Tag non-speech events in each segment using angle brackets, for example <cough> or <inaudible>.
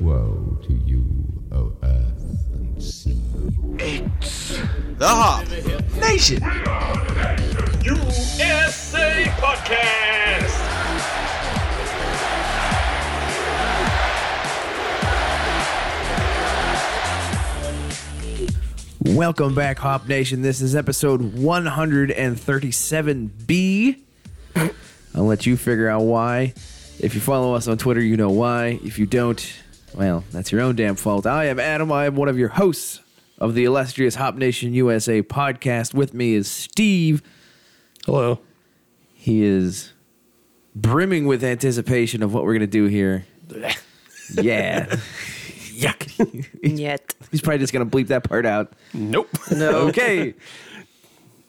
Woe to you, O earth and sea. The Hop Nation. USA Podcast. Welcome back, Hop Nation. This is episode 137B. I'll let you figure out why. If you follow us on Twitter, you know why. If you don't, well, that's your own damn fault. I am Adam. I am one of your hosts of the illustrious Hop Nation USA podcast. With me is Steve. Hello. He is brimming with anticipation of what we're going to do here. yeah. <laughs> Yuck. Yet. He's probably just going to bleep that part out. nope. Okay.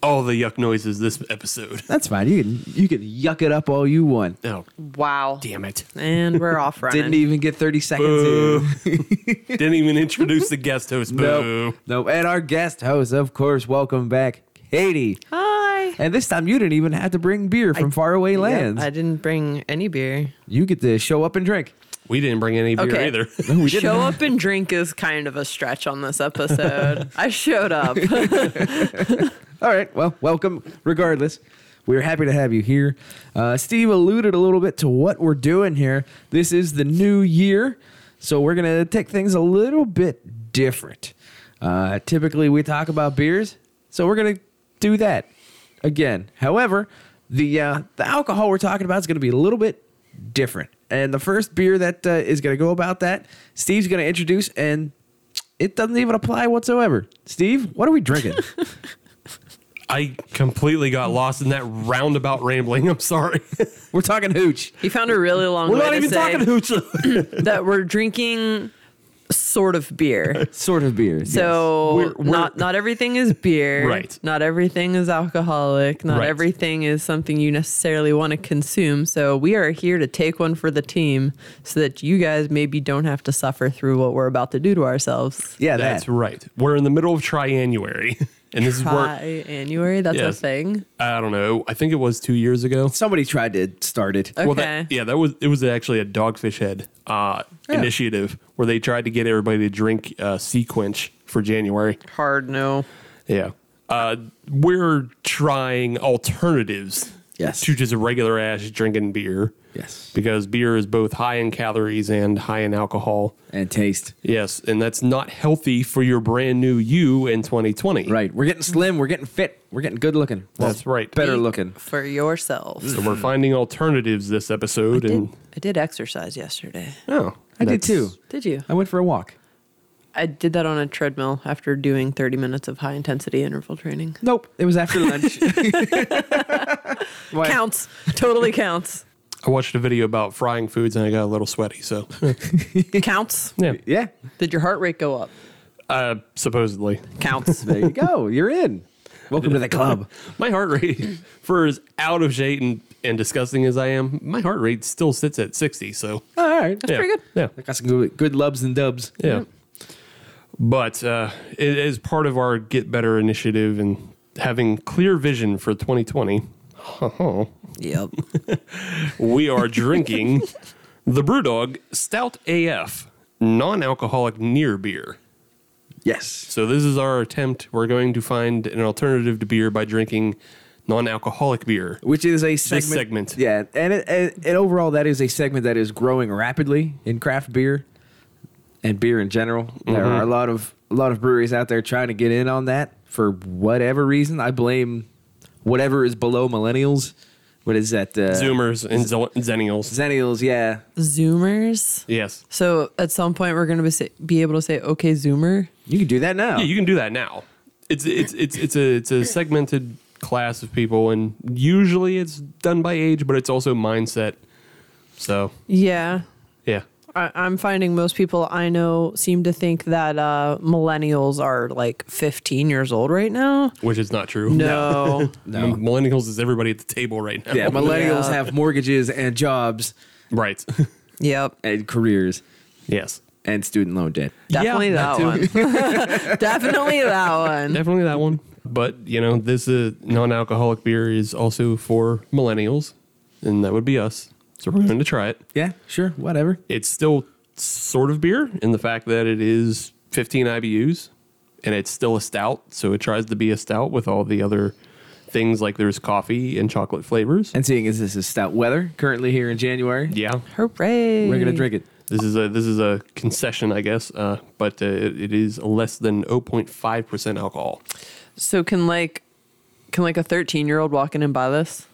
All the yuck noises this episode. <laughs> That's fine. You can you can yuck it up all you want. Oh, Wow. damn it. And we're off running. Didn't e- even get 30 seconds in. <laughs> Didn't even introduce the guest host. Boo. Nope. Nope. And our guest host, of course, welcome back, Katie. Hi. And this time you didn't even have to bring beer from faraway lands. I didn't bring any beer. you get to show up and drink. We didn't bring any beer Okay. <laughs> <laughs> either. We didn't. Show up and drink is kind of a stretch on this episode. I showed up. All right. Well, welcome regardless. We're happy to have you here. Uh, Steve alluded a little bit to what we're doing here. This is the new year, so we're going to take things a little bit different. Uh, typically, we talk about beers, so we're going to do that again. However, the, uh, the alcohol we're talking about is going to be a little bit different. And the first beer that uh, is going to go about that, Steve's going to introduce, and it doesn't even apply whatsoever. Steve, what are we drinking? I completely got lost in that roundabout rambling. I'm sorry. We're talking hooch. you found a really <laughs> long We're way not to even say talking hooch. that we're drinking sort of beer. Sort of beer. So We're- we're- not not <laughs> everything is beer. Right. Not everything is alcoholic. Not Right. everything is something you necessarily want to consume. So we are here to take one for the team so that you guys maybe don't have to suffer through what we're about to do to ourselves. yeah, That's that's right. We're in the middle of triannuary. <laughs> And this is where, Triannuary, that's Yes. a thing. I don't know, I think it was two years ago. somebody tried to start it. Okay. Oh. Well, that, yeah, that was it. Was actually a Dogfish Head uh, initiative where they tried to get everybody to drink uh, sea quench for January. Hard no. Yeah, uh, we're trying alternatives. Yes. to just regular ass drinking beer. Yes. because beer is both high in calories and high in alcohol. And taste. Yes, and that's not healthy for your brand new you in 2020. Right. We're getting slim. We're getting fit. We're getting good looking. Well, That's right. Better Speak looking. For yourself. So we're finding alternatives this episode, Did- and I did exercise yesterday. oh, I did that's- too. Did you? I went for a walk. I did that on a treadmill after doing 30 minutes of high intensity interval training. Nope. It was after lunch. <laughs> Why- Counts. Totally counts. I watched a video about frying foods, and I got a little sweaty. So counts. <laughs> yeah, Yeah. Did your heart rate go up? uh, supposedly. Counts. There you go. You're in. Welcome to the club. My heart rate, for as out of shape and, and disgusting as I am, my heart rate still sits at 60. So, All right. yeah, pretty good. Yeah. I got some good, good lubs and dubs. Yeah. But uh, it is part of our Get Better initiative and having clear vision for 2020. <laughs> yep. We <laughs> are drinking the Brewdog Stout AF non alcoholic near beer. Yes. So, this is our attempt. We're going to find an alternative to beer by drinking non alcoholic beer. Which is a segment. segment. Yeah. And, it, and, and overall, that is a segment that is growing rapidly in craft beer. and beer in general. There Mm-hmm. are a lot of a lot of breweries out there trying to get in on that for whatever reason. I blame whatever is below millennials. What is that? Uh, Zoomers and Zel- Zennials. Zennials, yeah. Zoomers. Yes. So at some point we're gonna be, sa- be able to say, "Okay, Zoomer." You can do that now. Yeah, you can do that now. It's it's it's it's a it's a segmented class of people, and usually it's done by age, but it's also mindset. So Yeah. yeah, I- I'm finding most people I know seem to think that uh, millennials are like 15 years old right now. which is not true. No. no. millennials is everybody at the table right now. yeah, millennials Yeah. have mortgages and jobs <laughs> <laughs> right. <laughs> yep. and careers yes, and student loan debt. Definitely Yeah, that one. <laughs> Definitely that <laughs> one. definitely that one. But you know, this uh, non-alcoholic beer is also for millennials, and that would be us. So we're going to try it. Yeah, sure, whatever. It's still sort of beer in the fact that it is 15 IBUs and it's still a stout. So it tries to be a stout with all the other things like there's coffee and chocolate flavors. And seeing as this is stout weather currently here in January, yeah. Hooray. we're gonna drink it. This is a this is a concession, I guess, uh, but uh, it, it is less than 0.5 percent alcohol. So can like can like a 13 year old walk in and buy this?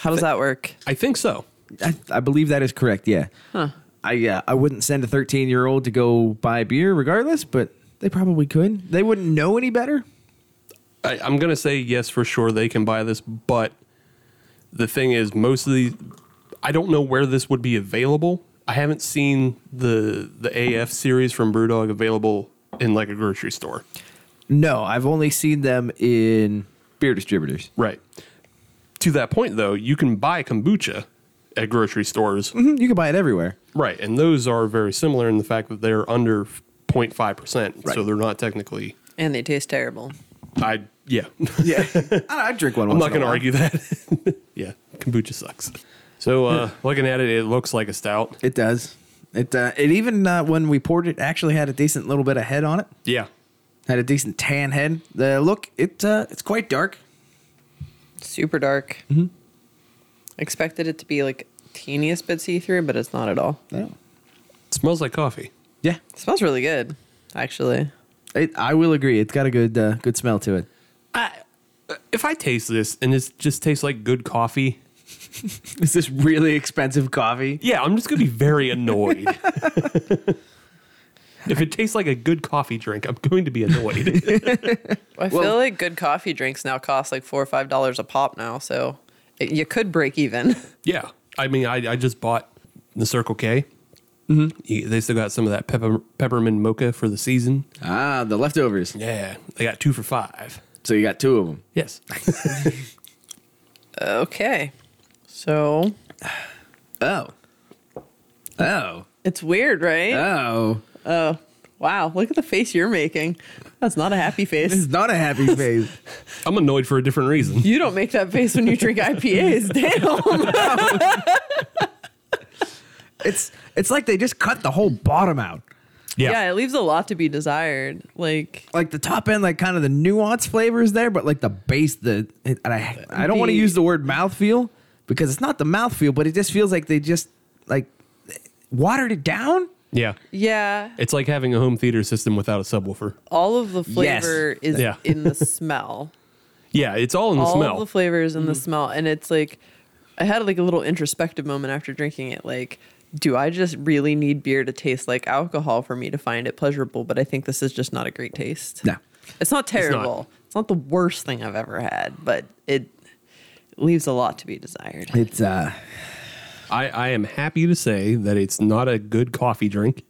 How does that work? I think so. I, I believe that is correct. Yeah. I yeah. I wouldn't send a 13 year old to go buy beer, regardless, but they probably could. They wouldn't know any better. I, I'm gonna say yes for sure they can buy this, but the thing is, most of these, I don't know where this would be available. I haven't seen the the AF series from BrewDog available in like a grocery store. No, I've only seen them in beer distributors. Right. To that point, though, you can buy kombucha at grocery stores. Mhm, You can buy it everywhere. Right, and those are very similar in the fact that they're under 0.5 percent, Right. so they're not technically. And they taste terrible. I yeah, <laughs> Yeah. <laughs> I, I drink one. I'm once not going to in a while. argue that. <laughs> yeah, kombucha sucks. So uh, looking at it, it looks like a stout. It does. It uh, it even uh, when we poured it actually had a decent little bit of head on it. Yeah, Had a decent tan head. The look it uh, it's quite dark. Super dark. Expected it to be like teeniest bit see through, but it's not at all. Oh. Yeah. it smells like coffee. Yeah. smells really good, actually. It, I will agree. It's got a good uh, good smell to it. <laughs> I, uh, if I taste this and it just tastes like good coffee, Is this really expensive coffee? yeah, I'm just going to be very annoyed. <laughs> if it tastes like a good coffee drink, I'm going to be annoyed. I feel like good coffee drinks now cost like four or five dollars a pop now, so it, you could break even. <laughs> <laughs> yeah, I mean, I, I just bought the Circle K. You- They still got some of that pepper, peppermint mocha for the season. Ah, the leftovers. Yeah, they got two for five. So you got two of them. Yes. okay. So Oh. Oh. it's weird, right? Oh. wow, look at the face you're making. That's not a happy This <laughs> face. is not a happy face. I'm annoyed for a different reason. You don't make that face when you drink IPAs. <laughs> Damn. it's it's like they just cut the whole bottom out. <laughs> Yeah. yeah, it leaves a lot to be desired. Like Like the top end, like kind of the nuance flavors there, but like the base, the and I I don't want to The- use the word mouthfeel because it's not the mouthfeel, but it just feels like they just like watered it down. Yeah. Yeah, It's like having a home theater system without a subwoofer. all of the Yes. flavor is Yeah. in the smell. Yeah, it's all in the all smell. of the flavors in the smell, and it's like I had like a little introspective moment after drinking it. Like, do I just really need beer to taste like alcohol for me to find it pleasurable? But I think this is just not a great taste. No. it's not terrible. It's not, the worst thing I've ever had, but it leaves a lot to be desired. It's uh I, I am happy to say that it's not a good coffee drink.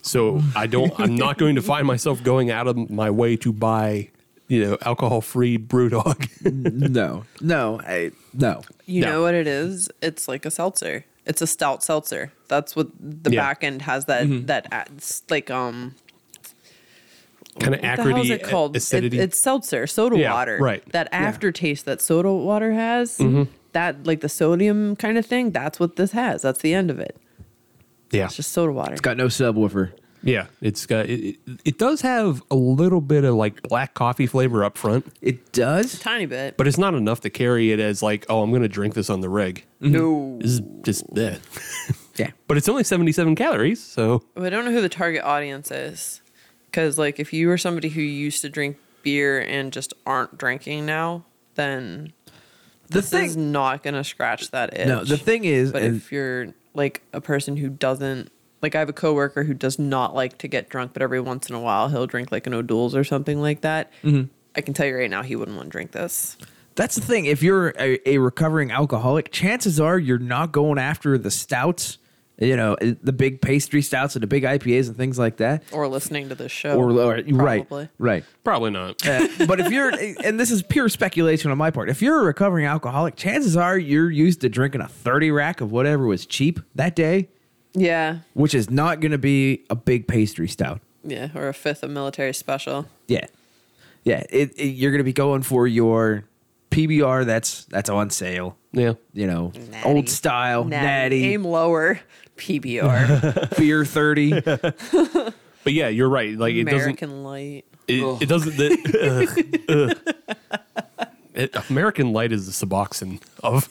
So I don't I'm <laughs> not going to find myself going out of my way to buy, you know, alcohol free brew dog. <laughs> <laughs> no. No, I no. You No. know what it is? It's like a seltzer. It's a stout seltzer. That's what the Yeah. Mm-hmm. back end has that that adds, like um kind of what the hell acidity. is it called? It- Acidity. it's seltzer, soda Yeah, Mm-hmm. water. right. That aftertaste that soda water has, that like the sodium kind of thing, that's what this has. That's the end of it. yeah. It's just soda water. It's got no subwoofer. yeah. It's got it, it, it does have a little bit of like black coffee flavor up front, It does. Tiny bit. but it's not enough to carry it as like, oh, I'm gonna drink this on the reg. no. This is just bleh. Yeah. But it's only 77 calories, so I don't know who the target audience is. Because, like, if you were somebody who used to drink beer and just aren't drinking now, then The this is thing not going to scratch that itch. No, the thing is But and- if you're like a person who doesn't like I have a coworker who does not like to get drunk, but every once in a while he'll drink like an O'Doul's or something like that. Mm-hmm. I can tell you right now he wouldn't want to drink this. That's the thing. If you're a, a recovering alcoholic, chances are you're not going after the stouts, you know, the big pastry stouts and the big IPAs and things like that. Or listening to this show. Or, or right, probably. right. probably not. Uh, but if you're, <laughs> and this is pure speculation on my part, if you're a recovering alcoholic, chances are you're used to drinking a thirty rack of whatever was cheap that day, Yeah. which is not going to be a big pastry stout. Yeah. Or a fifth of military special. Yeah, yeah. It, it- you're going to be going for your PBR that's that's on sale. Yeah. you know, Natty. old style, natty, Aim lower. <laughs> PBR. beer 30. But yeah, you're right. Like it doesn't. American Light. It, it doesn't. The, ugh, ugh. It- American Light is the suboxone of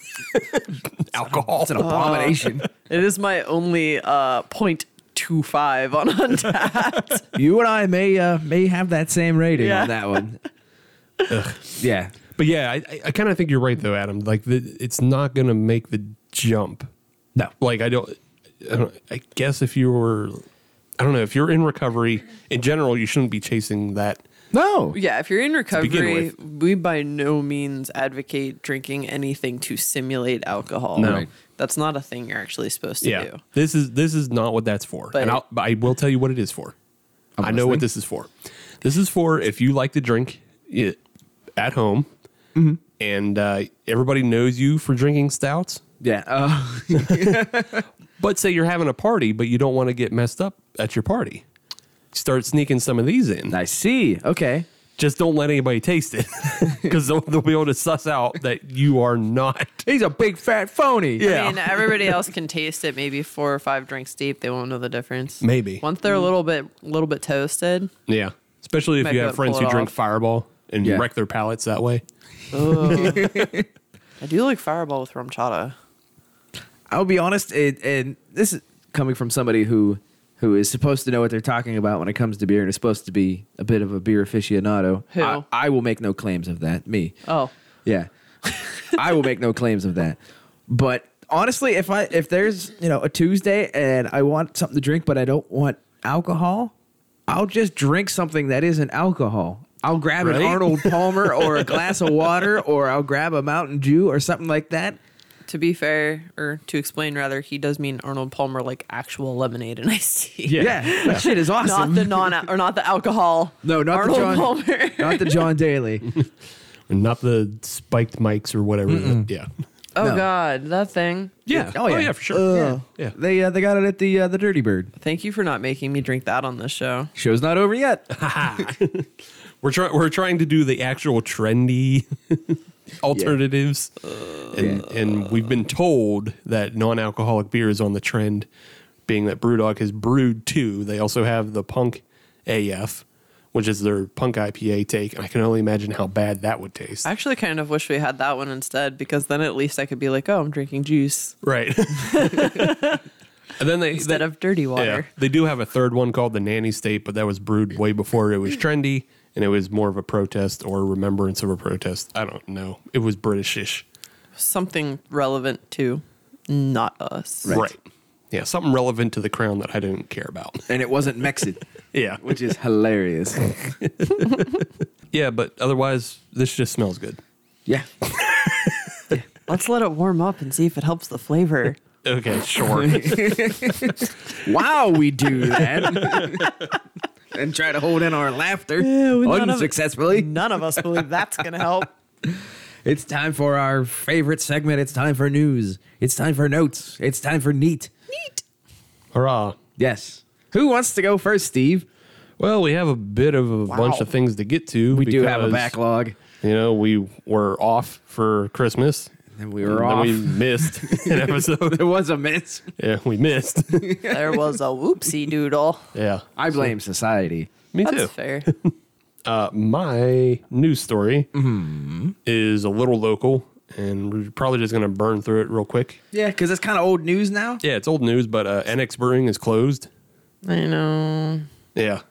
<laughs> alcohol. Uh-huh. It's an abomination. It is my only uh, 0.25 on <laughs> Untapped. you and I may uh, may have that same rating Yeah. on that <laughs> one. Yeah. But yeah, I- I, I kind of think you're right though, Adam. Like the, it's not gonna make the jump. No. Like I don't. I, don't, I guess if you were, I don't know, if you're in recovery in general, you shouldn't be chasing that. No. yeah, if you're in begin recovery, we by no means advocate drinking anything to simulate alcohol. No. Right. That's not a thing you're actually supposed to do. This is this is not what that's for. But- and I'll, but I will tell you what it is for. I'm I know what listening. this is for. This is for if you like to drink it at home, Mm-hmm. and uh, everybody knows you for drinking stouts. Yeah. Uh, But say you're having a party, but you don't want to get messed up at your party. Start sneaking some of these in. <laughs> I see. Okay. Just don't let anybody taste <laughs> it because they'll, they'll be able to suss out that you are not. He's a big fat phony. Yeah. <laughs> I mean, everybody else can taste it maybe four or five drinks deep. They won't know the difference. Maybe. Once they're a little bit little bit toasted. Yeah. Especially if you Might be have able to friends pull who it drink off. Fireball and Yeah. wreck their palates that way. I do like Fireball with rum chata. I'll be honest, it, and this is coming from somebody who who is supposed to know what they're talking about when it comes to beer and is supposed to be a bit of a beer aficionado. Who? I, I will make no claims of that. Me. Oh. Yeah. I will make no claims of that. But honestly, if I if there's, you know, a Tuesday and I want something to drink but I don't want alcohol, I'll just drink something that isn't alcohol. I'll grab an Right? <laughs> Arnold Palmer or a glass of water or I'll grab a Mountain Dew or something like that. To be fair, or to explain rather, he does mean Arnold Palmer like actual lemonade and iced tea. Yeah. Yeah. That shit is awesome. Not the non or not the alcohol. no, not Arnold the John <laughs> Palmer. Not the <laughs> John Daly. And not the spiked mics or whatever. Yeah. oh no. God, that thing. Yeah. Oh, yeah. for sure. Ugh. Yeah. They uh, they got it at the uh, the Dirty Bird. Thank you for not making me drink that on this show. Show's not over yet. We're trying we're trying to do the actual trendy <laughs> alternatives. And and we've been told that non-alcoholic beer is on the trend being that Brewdog has brewed two. They also have the Punk AF, which is their Punk IPA take, and I can only imagine how bad that would taste. I actually kind of wish we had that one instead because then at least I could be like, oh, I'm drinking juice right. <laughs> and then they instead they- of dirty Yeah, water. they do have a third one called the Nanny State, but that was brewed way before it <clears throat> was trendy, and it was more of a protest or remembrance of a protest. I don't know. It was Britishish, Something relevant to not us. right? Yeah, something relevant to the crown that I didn't care about. and it <laughs> wasn't Mexican, Yeah, which is hilarious. yeah, but otherwise, this just smells good. <laughs> Yeah. Let's let it warm up and see if it helps the flavor. Okay, sure. Wow, we do that. <laughs> and try to hold in our laughter unsuccessfully. None of us believe that's going <laughs> to help. It's time for our favorite segment. It's time for news. It's time for notes. It's time for neat. <laughs> Hurrah! Yes. Who wants to go first, Steve? Well, we have a bit of a bunch of things to get to. We do have a because, backlog. You know, we were off for Christmas. And we were and off. we <laughs> missed an episode. <laughs> There was a miss. yeah, we missed. There was a whoopsie doodle. yeah, I blame society. me That's too. <laughs> fair. my news story Mm-hmm. is a little local, and we're probably just going to burn through it real quick. Yeah, because it's kind of old news now. Yeah, it's old news, but uh, NX Brewing is closed. I know. Yeah.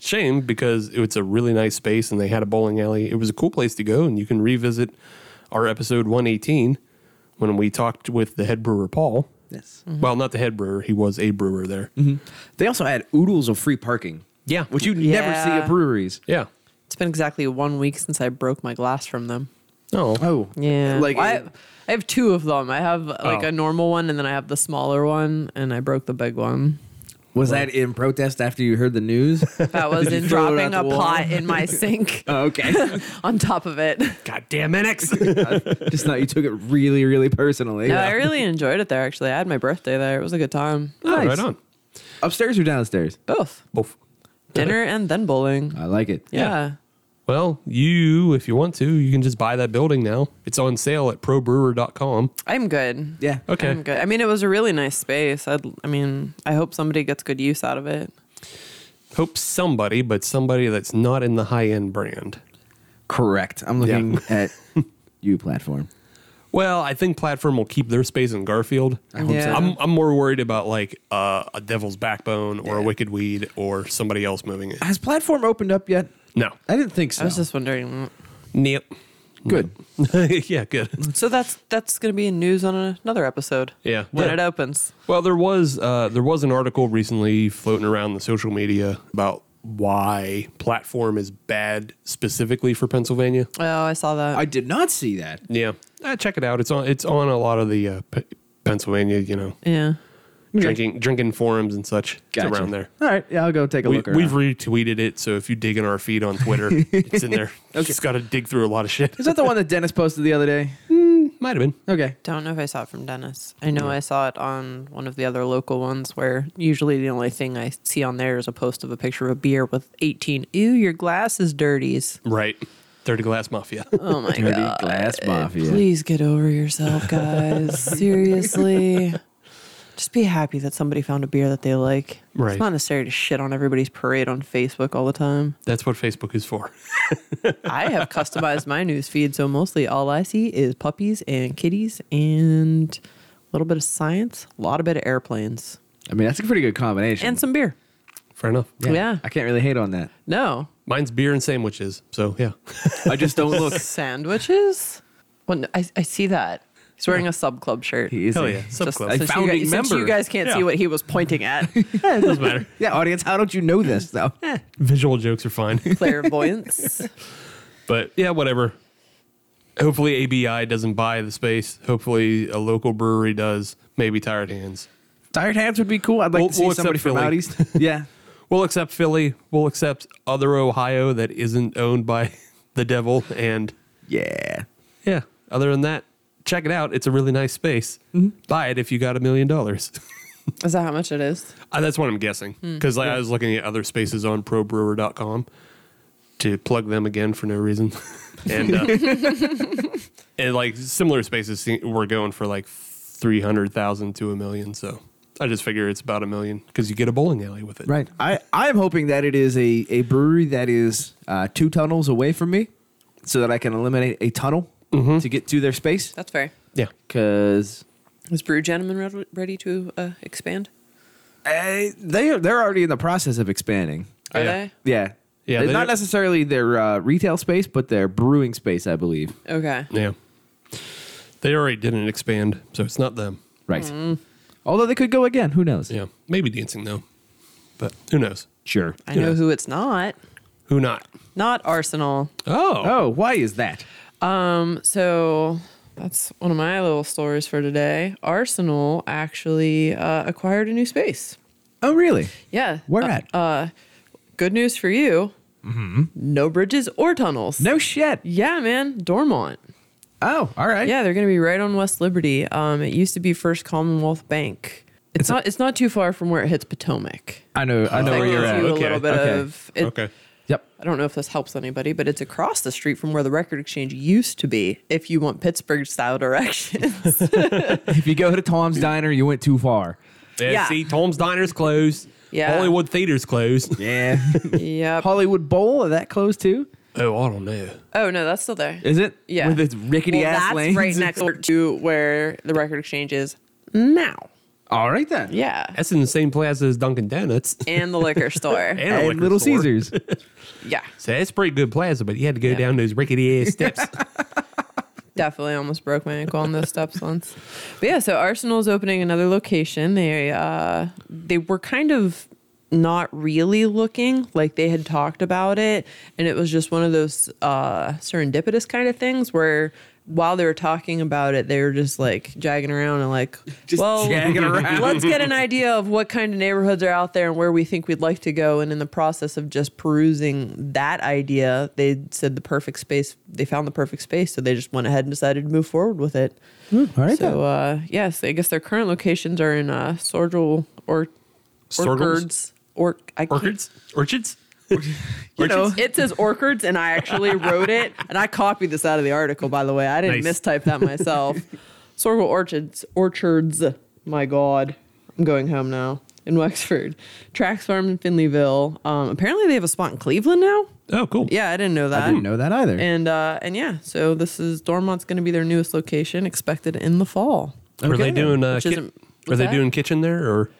Shame because it was a really nice space and they had a bowling alley. It was a cool place to go, and you can revisit our episode 118 when we talked with the head brewer, Paul. Yes. Well, not the head brewer, he was a brewer there. They also had oodles of free parking. Yeah. Which you never see Yeah. at breweries. Yeah. It's been exactly one week since I broke my glass from them. Oh. Oh. Yeah. Like, Like I, I have two of them. I have like Oh. a normal one and then I have the smaller one and I broke the big one. was that in protest after you heard the news? <laughs> That was you in throw it out dropping the a wall? pot in my sink <laughs> oh, okay. on top of it. Goddamn <laughs> NX. <laughs> Just thought you took it really, really personally. No, I really enjoyed it there actually. I had my birthday there. It was a good time. Nice. Right on. Upstairs or downstairs? Both. Both. Dinner and then bowling. I like it. Yeah. Well, you, if you want to, you can just buy that building now. It's on sale at probrewer.com. I'm good. Yeah. Okay. I'm good. I mean, it was a really nice space. I'd, I mean, I hope somebody gets good use out of it. Hope somebody, but somebody that's not in the high end brand. Correct. I'm <laughs> looking at you platform. Well, I think Platform will keep their space in Garfield. I hope so. Yeah. I'm, I'm more worried about like uh, a Devil's Backbone or a Yeah. Wicked Weed or somebody else moving it. Has platform opened up yet? <laughs> No. I didn't think so. I was just wondering. Nope. Good. <laughs> yeah, good. So that's that's going to be in news on another episode. Yeah. When Yeah. it opens. Well, there was uh, there was an article recently floating around the social media about why platform is bad specifically for Pennsylvania. Oh, I saw that. I did not see that. Yeah, uh, check it out. It's on it's on a lot of the uh, P- Pennsylvania, you know, yeah. drinking drinking forums and such. It's around there. All right. Yeah, I'll go take a We, look. Around. we've retweeted it, so if you dig in our feed on Twitter, it's in there. You Just got to dig through a lot of shit. Is that the one that Dennis posted the other day? Might have been. Okay. Don't know if I saw it from Dennis. I know I saw it on one of the other local ones where usually the only thing I see on there is a post of a picture of a beer with 18. Ew, your glass is dirties. Right. Dirty Glass Mafia. <laughs> Oh my Dirty God. Glass Mafia. Please get over <laughs> yourself, guys. Seriously. Just be happy that somebody found a beer that they like. Right. It's not necessary to shit on everybody's parade on Facebook all the time. That's what Facebook is for. I have customized my news feed, so mostly all I see is puppies and kitties and a little bit of science, a lot of bit of airplanes, I mean, that's a pretty good combination. and some beer. Fair enough. yeah. I can't really hate on that. No Mine's beer and sandwiches. So yeah. I just don't look. <laughs> sandwiches. Well, no, I, I see that he's wearing a sub club shirt. He is Hell a- yeah. Sub Just- club. A since you founding guys, since you member. guys can't see Yeah. what he was pointing <laughs> at, doesn't matter. Yeah, audience, how don't you know this though? Visual jokes are fine. clairvoyance. But yeah, whatever. Hopefully ABI doesn't buy the space. Hopefully a local brewery does. Maybe Tired Hands. Tired hands would be cool. I'd like Well- to see well, except somebody from Philly. out <laughs> east. Yeah. We'll accept Philly. We'll accept other Ohio that isn't owned by <laughs> the devil. And Yeah. yeah, other than that, check it out. It's a really nice space. Mm-hmm. Buy it if you got a million dollars. <laughs> Is that how much it is? Uh, That's what I'm guessing. Hmm. Because I was looking at other spaces on probrewer.com to plug them again for no reason. <laughs> and, <laughs> uh, and like similar spaces se- were going for like 300,000 to a million. So I just figure it's about a million because you get a bowling alley with it. Right. I, I'm hoping that it is a, a brewery that is uh, two tunnels away from me so that I can eliminate a tunnel to get to their space. That's fair. Yeah. Because Is Brew Gentleman re- ready to uh, expand? they, are- they're already in the process of expanding. Are Yeah. they? Yeah. Yeah, It's they not don't- necessarily their uh, retail space, but their brewing space, I believe. Okay. Yeah. They already didn't expand. So it's not them. Right. Although they could go again. Who knows? Yeah. Maybe dancing though. But who knows? Sure. I Who know knows? who it's not. Who not? Not Arsenal. Oh. Oh, why is that? Um, so that's one of my little stories for today. Arsenal actually uh, acquired a new space. Oh, really? Yeah. Where Uh, at? Mm-hmm. good news for you. No bridges or tunnels. no shit. Yeah, man. Dormont. Oh, all right. Yeah, they're going to be right on West Liberty. Um, it used to be First Commonwealth Bank. It's, not. it's not too far from where it hits Potomac. I know. I know That Oh, where you're gives at. you a Okay, little bit okay, of. It, okay. Yep. I don't know if this helps anybody, but it's across the street from where the Record Exchange used to be. If you want Pittsburgh style <laughs> directions, If you go to Tom's Diner, you went too far. Yeah. Yeah. See, Tom's Diner's closed. Yeah. Hollywood Theater's closed. <laughs> Yeah. yep. Hollywood Bowl, are that close too? Oh, I don't know. Oh no, that's still there. Is it? Yeah. With its rickety Well, ass that's lanes. right next door to where the Record Exchange is now. All right then. Yeah. That's in the same plaza as Dunkin' Donuts And the liquor store. and, a <laughs> And liquor Little store. <laughs> Caesars. Hmm, yeah. So that's a pretty good plaza, but you had to go Yeah. down those rickety <laughs> ass steps. Definitely almost broke my ankle on those steps once. But yeah, so Arsenal's opening another location. They uh they were kind of not really looking like they had talked about it and it was just one of those uh serendipitous kind of things where while they were talking about it, they were just like jagging around and like, Just well, <laughs> jagging around. let's get an idea of what kind of neighborhoods are out there and where we think we'd like to go. And in the process of just perusing that idea, they said the perfect space. They found the perfect space, so they just went ahead and decided to move forward with it. All right So uh, yes, I guess their current locations are in uh, Sorgel or Sorgels? Orchards. Or I can't- Orchids? Orchids? you know, It says orchards, and I actually wrote it, and I copied this out of the article. By the way, I didn't Nice. mistype <laughs> that myself. Sorghum orchards, orchards. My God, I'm going home now. In Wexford, Trax Farm in Finleyville. Um, apparently, they have a spot in Cleveland now. Oh, cool. Yeah, I didn't know that. I didn't know that either. And uh, and yeah, so this is Dormont's going to be their newest location, expected in the fall. Are they Okay. doing? Uh, Which ki- isn't- are what's they that? doing kitchen there or?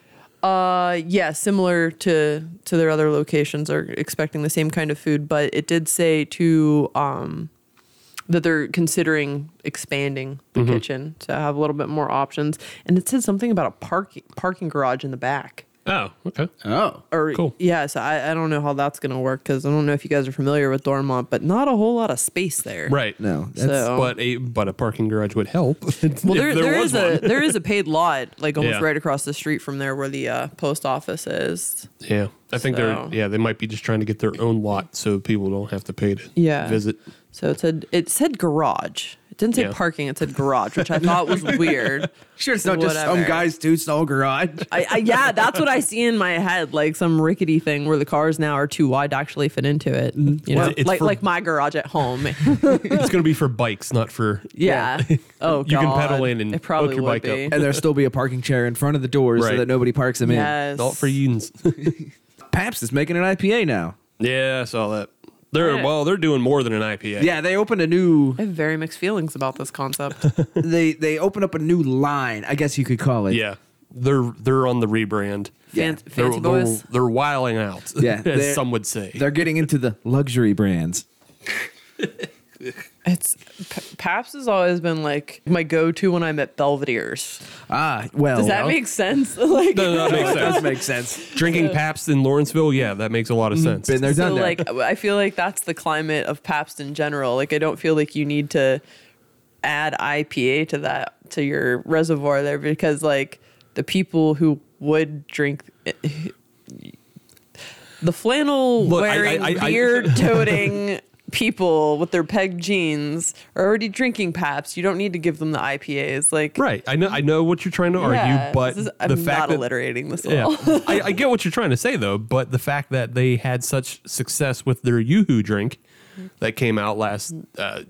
Uh, yeah, similar to to their other locations, are expecting the same kind of food, but it did say to um, that they're considering expanding the Mm-hmm. kitchen to have a little bit more options, and it said something about a parking parking garage in the back. Oh, okay. oh, Or, Cool. Yeah, so I, I don't know how that's going to work because I don't know if you guys are familiar with Dormont, but not a whole lot of space there. Right. no, that's So- But a but a parking garage would help. <laughs> Well, there, there is a there is a paid lot like almost Yeah. right across the street from there where the uh, post office is. Yeah, I think So- they're yeah they might be just trying to get their own lot so people don't have to pay to Yeah. <laughs> visit. So it said it said garage. It didn't say Yeah. parking. It said garage, which I <laughs> thought was weird. sure it's not just some Whatever. guy's two stall garage. <laughs> I, I, yeah, that's what I see in my head, like some rickety thing where the cars now are too wide to actually fit into it. You Well, know, it's like for- like my garage <laughs> at home. <laughs> it's going to be for bikes, not for yeah. Oh, You can God. pedal in and it probably hook your would bike up. be. and there'll still be a parking chair in front of the door so Right. that nobody parks them Yes. not for unions. <laughs> in. Pabst is making an IPA now. yeah, I saw that. They're Yeah. well, they're doing more than an IPA. Yeah, they opened a new I have very mixed feelings about <laughs> this concept. they they opened up a new line, I guess you could call it. yeah, they're they're on the rebrand. Fan- They're, they're, fancy boys. they're wiling out, Yeah, <laughs> as they're- some would say. They're getting into the luxury brands. It's P- Paps has always been like my go-to when I'm at Belvedere's. Ah, well, Does that <laughs> make sense? <laughs> like, Oh, No, no, <laughs> that makes sense. does make sense. Drinking Pabst in Lawrenceville, yeah, that makes a lot of sense. Mm, Been there, so done that. like, I feel like that's the climate of Pabst in general. Like, I don't feel like you need to add IPA to that to your reservoir there because like the people who would drink. <laughs> The flannel Look, I- wearing, I- I- I- <laughs> beard toting people with their peg jeans are already drinking Pabst. You don't need to give them the IPAs. Like, right. I know. I know what you're trying to argue, Yeah, but this is- the I'm fact not that alliterating this at yeah, <laughs> all. <laughs> I, I get what you're trying to say though, but the fact that they had such success with their YooHoo drink that came out last uh,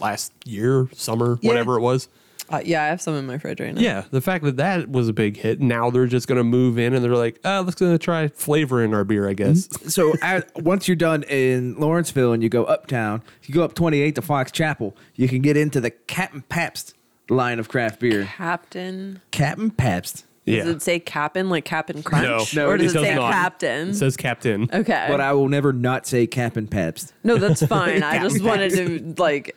last year, summer, Yeah. whatever it was. Uh, yeah, I have some in my fridge right now. Yeah, the fact that that was a big hit. Now they're just gonna move in and they're like, oh, let's gonna try flavor in our beer, I guess. so at, once you're done in Lawrenceville and you go uptown, you go up 28 to Fox Chapel, you can get into the Captain Pabst line of craft beer. Captain. Captain Pabst. yeah. Does it say Captain like Captain Crunch? No, or it does it, does say not. Captain? It says Captain. okay. But I will never not say Captain Pabst. <laughs> no, that's fine. I just wanted to like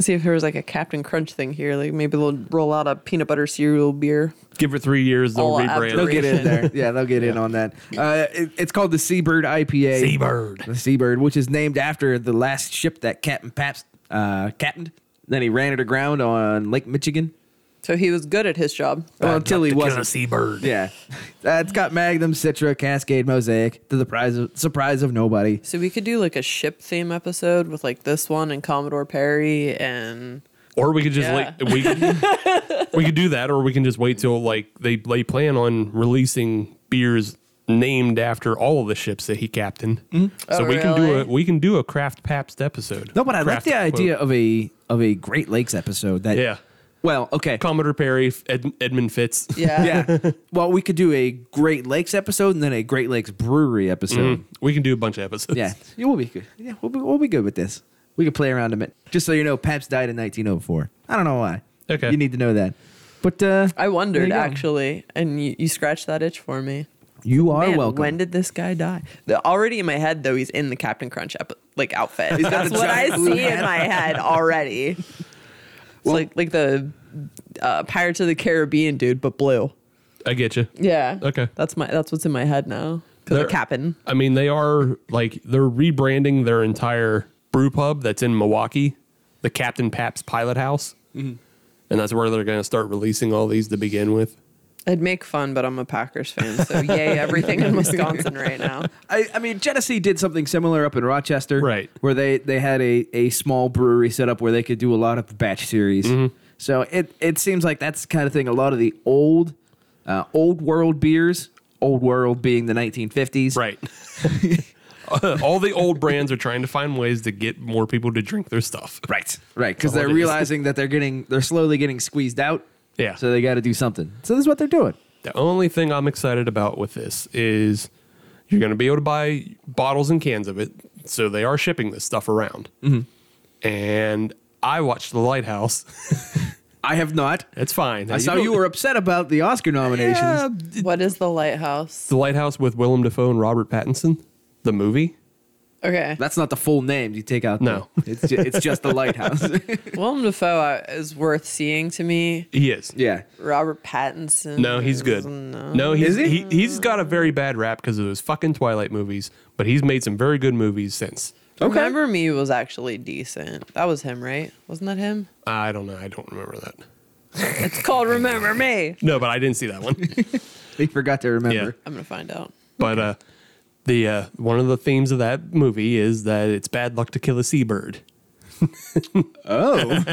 see if there was like a Captain Crunch thing here. Like maybe they'll roll out a peanut butter cereal beer. Give it three years, they'll All rebrand. after- They'll get in there. Yeah, they'll get in on that. Uh, it- it's called the Seabird IPA. Seabird. The Seabird, which is named after the last ship that Captain Pabst uh, captained. Then he ran it aground on Lake Michigan. So he was good at his job. Well, until he Dakota wasn't. Seabird. Yeah. Uh, it's got Magnum, Citra, Cascade, Mosaic, to the prize of, surprise of nobody. So we could do like a ship theme episode with like this one and Commodore Perry and Or we could just Yeah. like we <laughs> we could do that, or we can just wait till like they they plan on releasing beers named after all of the ships that he captained. So Oh, we can do really? a we can do a Craft Pabst episode. Hmm? No, but I like Craft the quote. idea of a of a Great Lakes episode. That Yeah. Well, okay. Commodore Perry, Ed, Edmund Fitz. yeah. yeah. <laughs> Well, we could do a Great Lakes episode and then a Great Lakes Brewery episode. <laughs> We can do a bunch of episodes. Yeah, you will be good. Yeah, we'll be, we'll be good with this. We can play around a bit. Just so you know, Pabst died in 1904. I don't know why. Okay. You need to know that. But uh, I wondered There you go. actually, and you, you scratched that itch for me. you are Man, welcome. When did this guy die? The- already in my head, though, he's in the Captain Crunch ep- like outfit. He's got a That's what I giant blue see in hat. my head <laughs> already. It's like like the uh, Pirates of the Caribbean dude, but blue. <laughs> I get you. Yeah. Okay. That's my that's what's in my head now. Because They're- of Captain. I mean, they are like they're rebranding their entire brew pub that's in Milwaukee, the Captain Paps Pilot House, Mm-hmm. and that's where they're going to start releasing all these to begin with. I'd make fun, but I'm a Packers fan, <laughs> so yay everything in Wisconsin right now. I, I mean, Genesee did something similar up in Rochester, Right. Where they they had a a small brewery set up where they could do a lot of batch series. Mm-hmm. So it it seems like that's the kind of thing. A lot of the old uh, old world beers, old world being the 1950s, Right. <laughs> all the old brands are trying to find ways to get more people to drink their stuff. Right. Right. Because That's all they're it is. <laughs> realizing that they're getting, they're slowly getting squeezed out. Yeah. So they got to do something. So this is what they're doing. The only thing I'm excited about with this is you're going to be able to buy bottles and cans of it. So they are shipping this stuff around. Mm-hmm. And I watched The Lighthouse. <laughs> I have not. It's fine. I saw you were upset about the Oscar nominations. Yeah. <laughs> What is the lighthouse? The Lighthouse with Willem Dafoe and Robert Pattinson, the movie. Okay. That's not the full name. You take out No. the- it's just, it's just <laughs> the lighthouse. Willem Dafoe uh, is worth seeing to me. He is. yeah. Robert Pattinson. No, he's good. No, No. he's, Is he? he? he? has got a very bad rap because of those fucking Twilight movies, but he's made some very good movies since. Okay. Remember Me was actually decent. That was him, right? Wasn't that him? I don't know. I don't remember that. It's called Remember Me. No, but I didn't see <laughs> that one. They forgot to remember. I'm gonna find out. But uh, the uh, one of the themes of that movie is that it's bad luck to kill a seabird. <laughs> <laughs> Oh.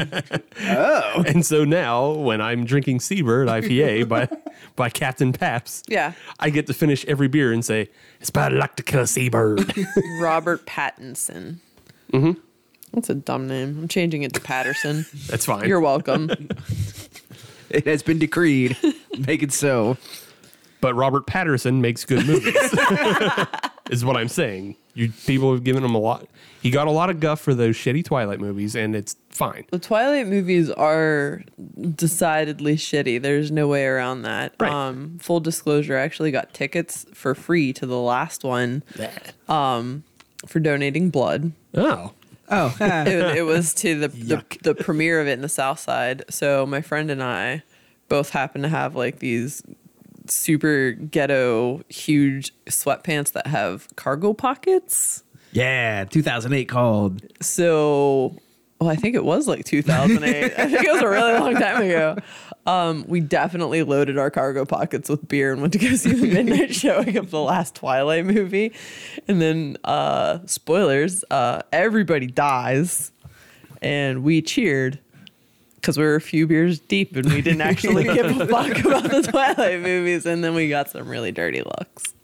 oh. And so now, when I'm drinking Seabird IPA <laughs> by by Captain Paps, Yeah. I get to finish every beer and say it's bad luck to kill a <laughs> seabird. Robert Pattinson. Mm-hmm. That's a dumb name. I'm changing it to Patterson. That's fine. You're welcome. It has been decreed. Make it so. but Robert Patterson makes good <laughs> movies. is what I'm saying. You people have given him a lot. He got a lot of guff for those shitty Twilight movies, and it's fine. The Twilight movies are decidedly shitty. There's no way around that. Right. Um, full disclosure, I actually got tickets for free to the last one um, for donating blood. Oh, Oh. ah. It, it was to the, the Yuck. the premiere of it in the South Side. So my friend and I both happen to have like these super ghetto huge sweatpants that have cargo pockets. yeah. 2008 called. so well, I think it was like 2008. I think it was a really long time ago. Um, we definitely loaded our cargo pockets with beer and went to go see the midnight showing of the last Twilight movie. And then, uh, spoilers, uh, everybody dies. And we cheered because we were a few beers deep and we didn't actually give a fuck about the Twilight movies. And then we got some really dirty looks.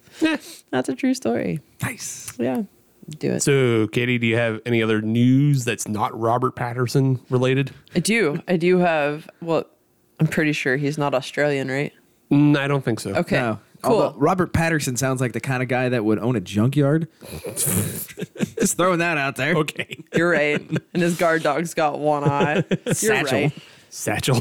That's a true story. Nice. Yeah. Do it. so Katie, do you have any other news that's not Robert Patterson related? I do. I do have. Well, I'm pretty sure he's not Australian, right? Mm, I don't think so. Okay. No. Cool. Although Robert Patterson sounds like the kind of guy that would own a junkyard. Just throwing that out there. Okay. <laughs> <laughs> You're right. and his guard dog's got one eye. <laughs> You're Satchel. right. <laughs> Satchel.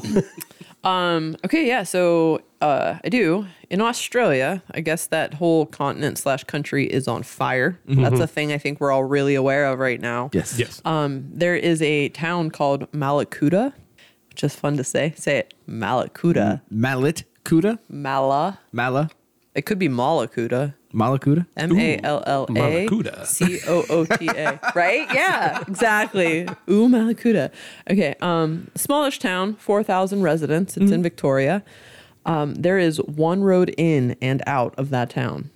Okay. Yeah. So uh, I do in Australia. I guess that whole continent slash country is on fire. That's a thing I think we're all really aware of right now. Mm-hmm. Yes. yes. Um, there is a town called Malakuta, which is fun to say. Say it, Malakuta. Malit Kuda. Mala. Mala. It could be Malakuta. Malakuda. M A L L A Malakuta. C O O T A. Right? Yeah, exactly. Ooh, Malakuta. Okay. Um, smallish town, 4,000 residents. It's in Victoria. Um, there is one road in and out of that town,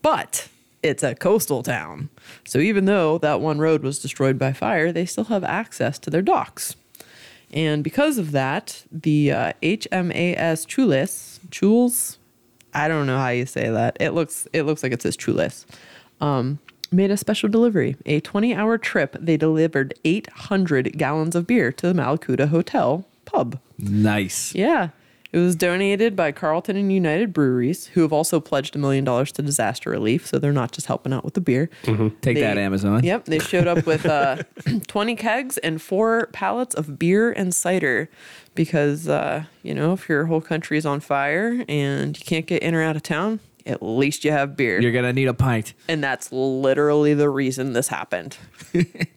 but it's a coastal town. So even though that one road was destroyed by fire, they still have access to their docks. And because of that, the uh, HMAS Chulis, Chules, I don't know how you say that. It looks it looks like it says Chulis. Um, made a special delivery. A 20-hour trip, they delivered 800 gallons of beer to the Malakuta Hotel pub. Nice. Yeah. It was donated by Carlton and United Breweries, who have also pledged a million dollars to disaster relief. So they're not just helping out with the beer. Take They- that, Amazon. Yep, they showed up with uh, <clears throat> 20 kegs and four pallets of beer and cider because, uh, you know, if your whole country is on fire and you can't get in or out of town, at least you have beer. You're gonna need a pint. and that's literally the reason this happened.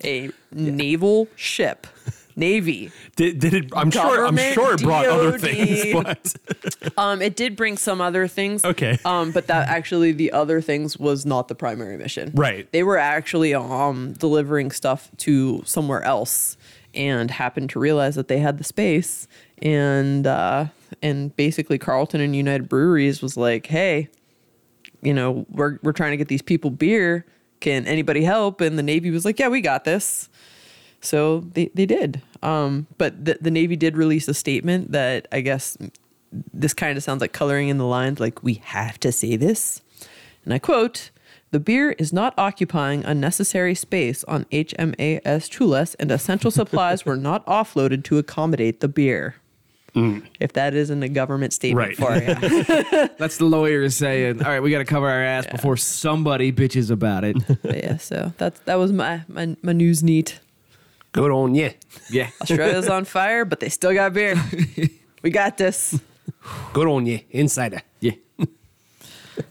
A naval ship, Navy. Did, did it? I'm sure. I'm Government sure it brought other DOD. things. <laughs> But Um, it did bring some other things. Okay. Um, but that actually the other things was not the primary mission. Right. They were actually um delivering stuff to somewhere else and happened to realize that they had the space and uh and basically Carlton and United Breweries was like, Hey, you know, we're we're trying to get these people beer. Can anybody help? And the Navy was like, Yeah, we got this. So they, they did. Um, but the, the Navy did release a statement that I guess this kind of sounds like coloring in the lines, like, we have to say this. And I quote The beer is not occupying unnecessary space on HMAS Chulas, and essential supplies were not offloaded to accommodate the beer. If that isn't a government Right. statement for you. That's the lawyers saying, all right, we got to cover our ass before somebody bitches about <laughs> it. But yeah, so that's that was my my, my news neat. Good on you. yeah. Australia's on fire, but they still got beer. We got this. Good on you, insider. <laughs> Yeah.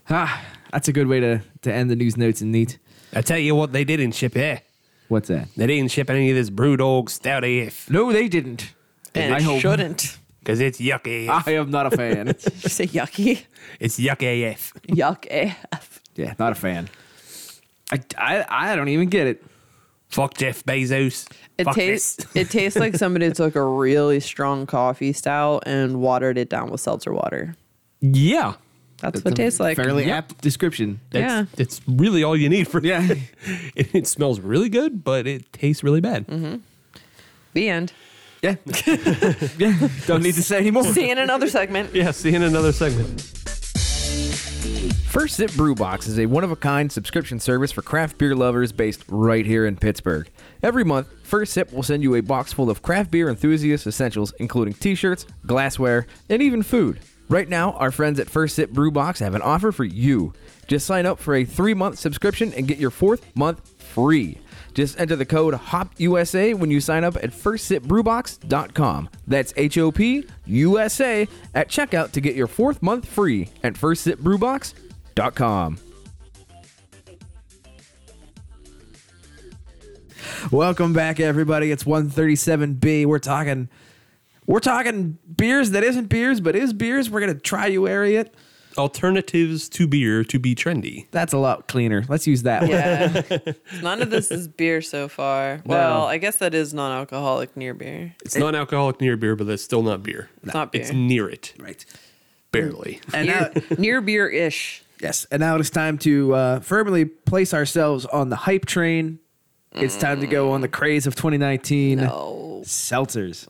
ah, that's a good way to, to end the news notes and neat. I tell you what, they didn't ship here. What's that? They didn't ship any of this Brewdog Stout AF No, they didn't. And I hope- shouldn't. because it's yucky. AF. I am not a <laughs> fan. Did you say yucky? It's yucky AF. Yuck eh. AF. yeah, not a fan. I, I, I don't even get it. Fuck Jeff Bezos. It Fuck tastes this. it tastes like somebody took a really strong coffee stout and watered it down with seltzer water. Yeah. That's It's what a it tastes like. Fairly Yep. apt <laughs> description. That's, Yeah. It's really all you need for Yeah. <laughs> It, it smells really good, but it tastes really bad. The end. Yeah. yeah. Don't need to say anymore. See you in another segment. <laughs> Yeah, see you in another segment. First Sip Brew Box is a one of a kind subscription service for craft beer lovers based right here in Pittsburgh. Every month, First Sip will send you a box full of craft beer enthusiast essentials, including t shirts, glassware, and even food. Right now, our friends at First Sip Brew Box have an offer for you. Just sign up for a three month subscription and get your fourth month free. Just enter the code HOPUSA when you sign up at firstsipbrewbox.com. That's H O P U S A at checkout to get your fourth month free at firstsipbrewbox.com. Welcome back, everybody. It's 137B. We're talking we're talking beers that isn't beers, but is beers. We're gonna try you area it. Alternatives to beer to be trendy. That's a lot cleaner. Let's use that <laughs> one. Yeah. None of this is beer so far. Well, I guess that is non alcoholic near beer. It's non alcoholic near beer, but that's still not beer. It's not It's beer. Mm. near it, Right. barely. And now Near, near beer ish. Yes. And now it's time to uh, firmly place ourselves on the hype train. It's time to go on the craze of 2019. No. Seltzers.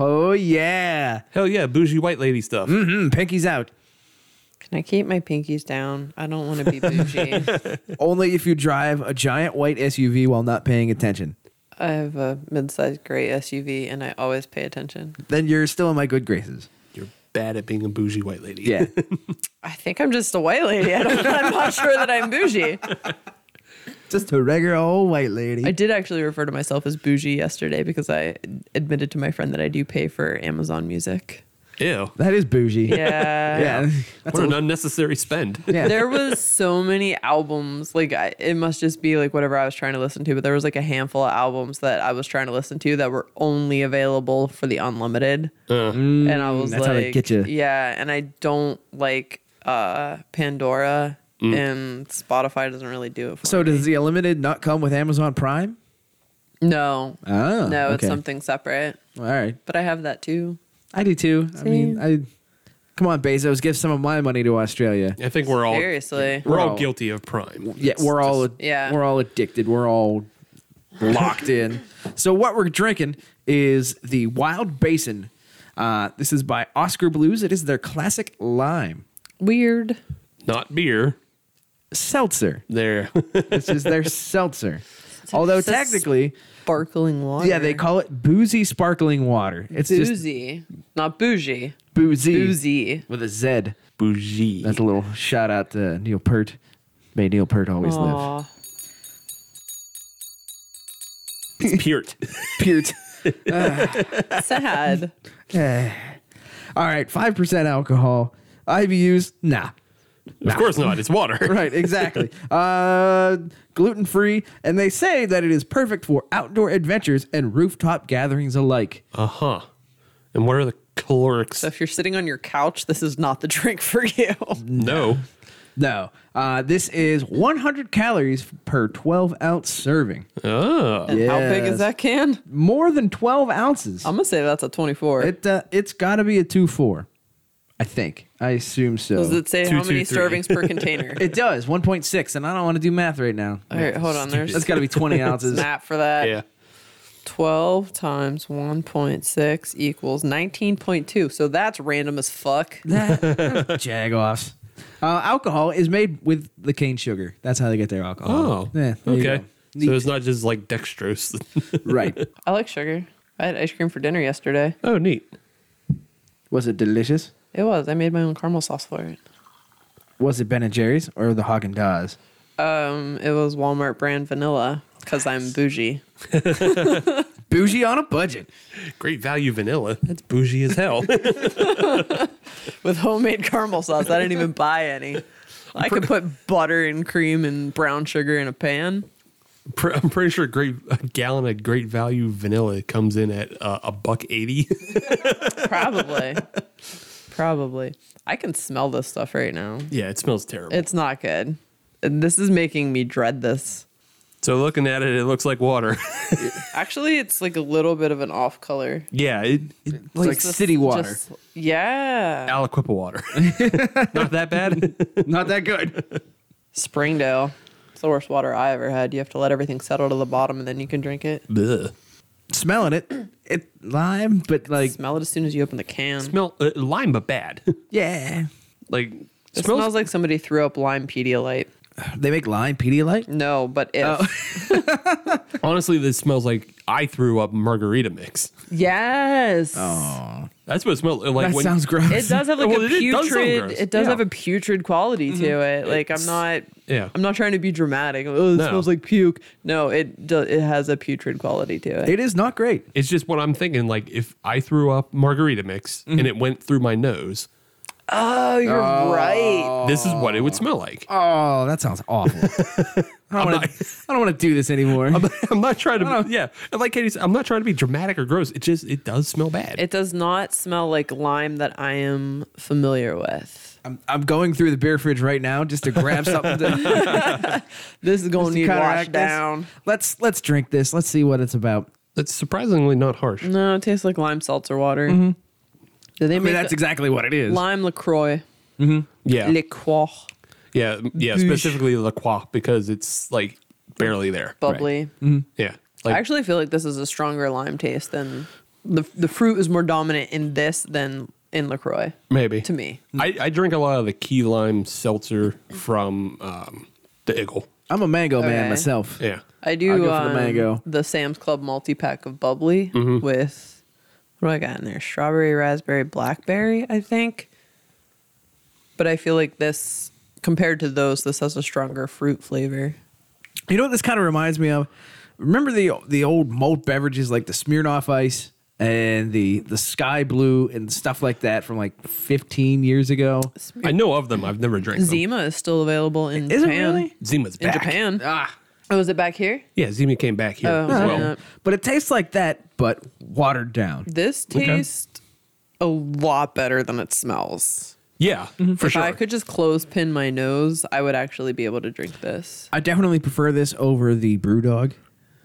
Oh yeah. Hell yeah, bougie white lady stuff. Mm, pinky's out. Can I keep my pinkies down? I don't want to be bougie. Only if you drive a giant white SUV while not paying attention. I have a mid sized gray SUV and I always pay attention. Then you're still in my good graces. You're bad at being a bougie white lady. <laughs> Yeah. I think I'm just a white lady. I don't, I'm not sure that I'm bougie. Just a regular old white lady. I did actually refer to myself as bougie yesterday because I admitted to my friend that I do pay for Amazon Music. Ew. That is bougie. <laughs> Yeah. Yeah. what an unnecessary spend. Yeah. There was so many albums. Like I, it must just be like whatever I was trying to listen to, but there was like a handful of albums that I was trying to listen to that were only available for the unlimited. and I Mm, was that's how like, they get ya. yeah, and I don't like uh Pandora and Spotify doesn't really do it for Mm. So me. does the unlimited not come with Amazon Prime? No. Oh, no, it's okay. something separate. All right. But I have that too. I do too. I mean, I come on, Bezos, give some of my money to Australia. I think Oh, we're all Seriously. we're Bro. all guilty of prime. Yeah, we're all yeah. we're all addicted. We're all locked in. So what we're drinking is the Wild Basin. Uh, this is by Oscar Blues. It is their classic lime Weird. Not beer. seltzer. There. <laughs> This is <laughs> their seltzer. Although It's a technically, Sparkling water. yeah, they call it boozy sparkling water. It's just boozy. not bougie. boozy. Boozy. with a Z. bougie. <laughs> That's a little shout out to Neil Peart. May Neil Peart always live. Aw. It's peart. Peart. <laughs> Eh. Sad. All right, five percent alcohol. IBUs, nah. of course not. It's <laughs> water. <laughs> Right, exactly. uh, gluten free, and they say that it is perfect for outdoor adventures and rooftop gatherings alike. Uh huh. And what are the calorics? <laughs> So if you're sitting on your couch, this is not the drink for you. No. No, uh, this is 100 calories per 12 ounce serving. Oh. And How big Yes. is that can? More than 12 ounces. I'm gonna say that's a 24. It uh, it's got to be a two four, I think. I assume so. Does it say Two, how two, many three. servings per container? <laughs> It does 1.6, and I don't want to do math right now. All right, hold on. There's That's got to be 20 a ounces. map for that. Yeah. 12 times 1.6 equals 19.2. So that's random as fuck. Jagoffs. Uh, alcohol is made with the cane sugar. That's how they get their alcohol. Oh, Yeah, there you okay. go. So it's not just like dextrose. <laughs> right. I like sugar. I had ice cream for dinner yesterday. oh, neat. Was it delicious? It was. I made my own caramel sauce for it. Was it Ben and Jerry's or the Haagen Dazs? Um, it was Walmart brand vanilla because I'm bougie. Bougie on a budget. Great value vanilla. That's bougie as <laughs> hell. with homemade caramel sauce. I didn't even buy any. I could put butter and cream and brown sugar in a pan. Pre- I'm pretty sure great a gallon of great value vanilla comes in at uh, a buck eighty. <laughs> Probably. Probably. I can smell this stuff right now. yeah, it smells terrible. It's not good. And this is making me dread this. so looking at it, it looks like water. <laughs> Actually, it's like a little bit of an off color. yeah, it, it Like Just- city water. just- yeah. Aliquippa water. <laughs> Not that bad. <laughs> Not that good. Springdale. It's the worst water I ever had. You have to let everything settle to the bottom and then you can drink it. Bleh. Smelling it, it lime, but like Smell it as soon as you open the can. Smell uh, lime, but bad. yeah, like it smells like somebody threw up lime Pedialyte. they make lime Pedialyte. No, but if. Oh. honestly, this smells like I threw up margarita mix. <laughs> Yes. That's what it smells like. That when, sounds gross. It does have like Oh. Well, a it is- does sound putrid. gross. It does Yeah. Mm-hmm. have a putrid quality to it. Like I'm not. Yeah. I'm not trying to be dramatic. Oh, it No. smells like puke. No, it does. It has a putrid quality to it. It is not great. It's just what I'm thinking. Like if I threw up margarita mix Mm-hmm. and it went through my nose, oh, you're right. this is what it would smell like. Oh, that sounds awful. I don't want to. I don't want to do this anymore. <laughs> I'm not trying to. Yeah, and like Katie said, I'm not trying to be dramatic or gross. It just it does smell bad. It does not smell like lime that I am familiar with. I'm, I'm going through the beer fridge right now just to grab something <laughs> to, This is gonna to need counteract washed this. down. Let's let's drink this. Let's see what it's about. That's surprisingly not harsh. No, it tastes like lime seltzer water. Do they Mm-hmm. I mean, make that's the- exactly what it is. lime Lacroix? Yeah, Lacroix, yeah, yeah. Specifically the croix because it's like barely there. bubbly. Mm-hmm. Yeah, I like actually feel like this is a stronger lime taste than the the fruit is more dominant in this than in Lacroix maybe to me. I, I drink a lot of the key lime seltzer from um, the Eagle. I'm a mango man Okay. myself. Yeah, I I'll do go for the um, mango. the Sam's Club multi pack of bubbly Mm-hmm. with what do I got in there? Strawberry, raspberry, blackberry, I think. But I feel like this compared to those, this has a stronger fruit flavor. You know what this kind of reminds me of? Remember the the old malt beverages like the Smirnoff Ice and the the Sky Blue and stuff like that from like 15 years ago. I know of them. I've never drank them. Zima is still available in Is it Japan. really? Zima's In Oh. back. Japan. Ah, Oh, is it back here? Yeah, Zima came back here Oh, as well. yeah. but it tastes like that, but watered down. This tastes a lot better than it smells. Yeah, for Mm-hmm. if sure. I could just close pin my nose, I would actually be able to drink this. I definitely prefer this over the Brew Dog.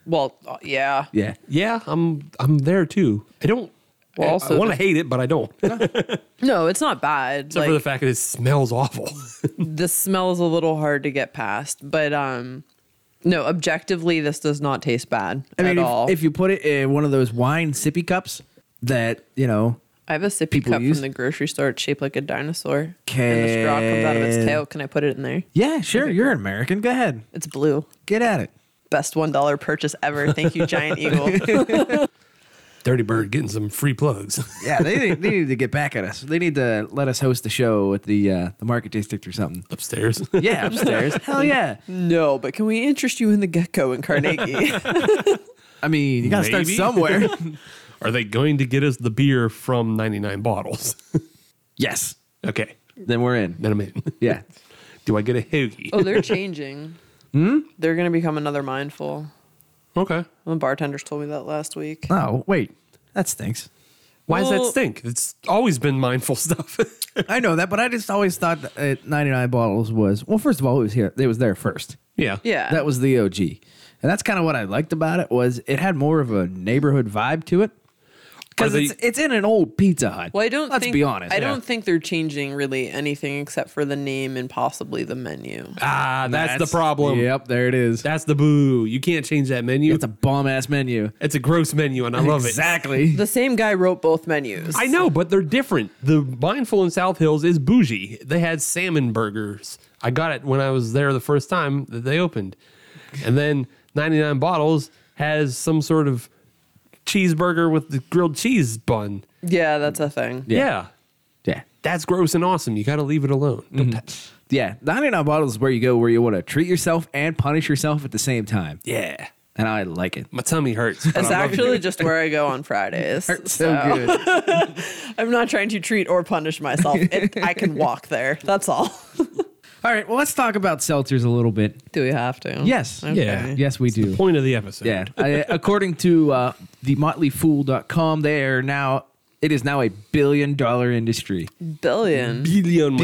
Well, uh, yeah. Yeah, yeah, I'm I'm there too. I don't. Well, I- also- I want to hate it, but I don't. Except No, it's not bad. for the like fact that it smells awful. <laughs> the smell is a little hard to get past, but um no, objectively this does not taste bad I mean, at if, all. if you put it in one of those wine sippy cups that you know, I have a sippy people cup use- from the grocery store it's shaped like a dinosaur. And the straw comes out of its Can- tail. Can I put it in there? yeah, sure, you're an American. Go ahead, It's blue. get at it. Best one dollar purchase ever. Thank you, <laughs> Giant Eagle. Dirty Bird getting some free plugs. <laughs> Yeah, they, need- they need to get back at us. They need to let us host the show at the uh, the Market District or something. upstairs. <laughs> Yeah, <laughs> upstairs. Hell yeah. no, but can we interest you in the gecko in Carnegie? I mean, you gotta Maybe. start <laughs> somewhere. Are they going to get us the beer from 99 bottles? <laughs> yes. okay, Then we're in. then I'm in. <laughs> Yeah. Do I get a hoagie? <laughs> Oh, they're changing. Hmm? They're going to become another mindful. Okay. The bartenders told me that last week. Oh wait, that stinks. Why does that Well- stink? It's always been mindful <laughs> stuff. I know that, but I just always thought that uh, 99 bottles was well. First of all, it was here. It was there first. yeah. Yeah. That was the OG, and that's kind of what I liked about it was it had more of a neighborhood vibe to it. because Are it's they- it's in an old Pizza Hut. Well, I don't. Let's think, be honest. I don't think they're changing really anything except for the name and possibly the menu. Ah, that's, the problem. Yep, there it is. That's the boo. You can't change that menu. It's a bomb ass menu. It's a gross menu, and I love exactly. The same guy wrote both menus. it. I know, but they're different. The Mindful in South Hills is bougie. They had salmon burgers. I got it when I was there the first time that they opened. And then 99 Bottles has some sort of cheeseburger with the grilled cheese bun. Yeah, that's a thing. Yeah. Yeah. That's gross and awesome. You got to leave it alone. Mm-hmm. Don't touch. Yeah. 99 bottles is where you go where you want to treat yourself and punish yourself at the same time. Yeah. And I like it. My tummy hurts. but It's I love it. actually just where I go on Fridays. So good. I'm not trying to treat or punish myself. It, I can walk there. That's all. All right. Well, let's talk about seltzers a little bit. Do we have to? Yes. Yeah. Yes, we do. Point of the episode. Yeah. I, according to uh, themotleyfool.com, they are now, it is now a billion dollar industry. Billion. Billion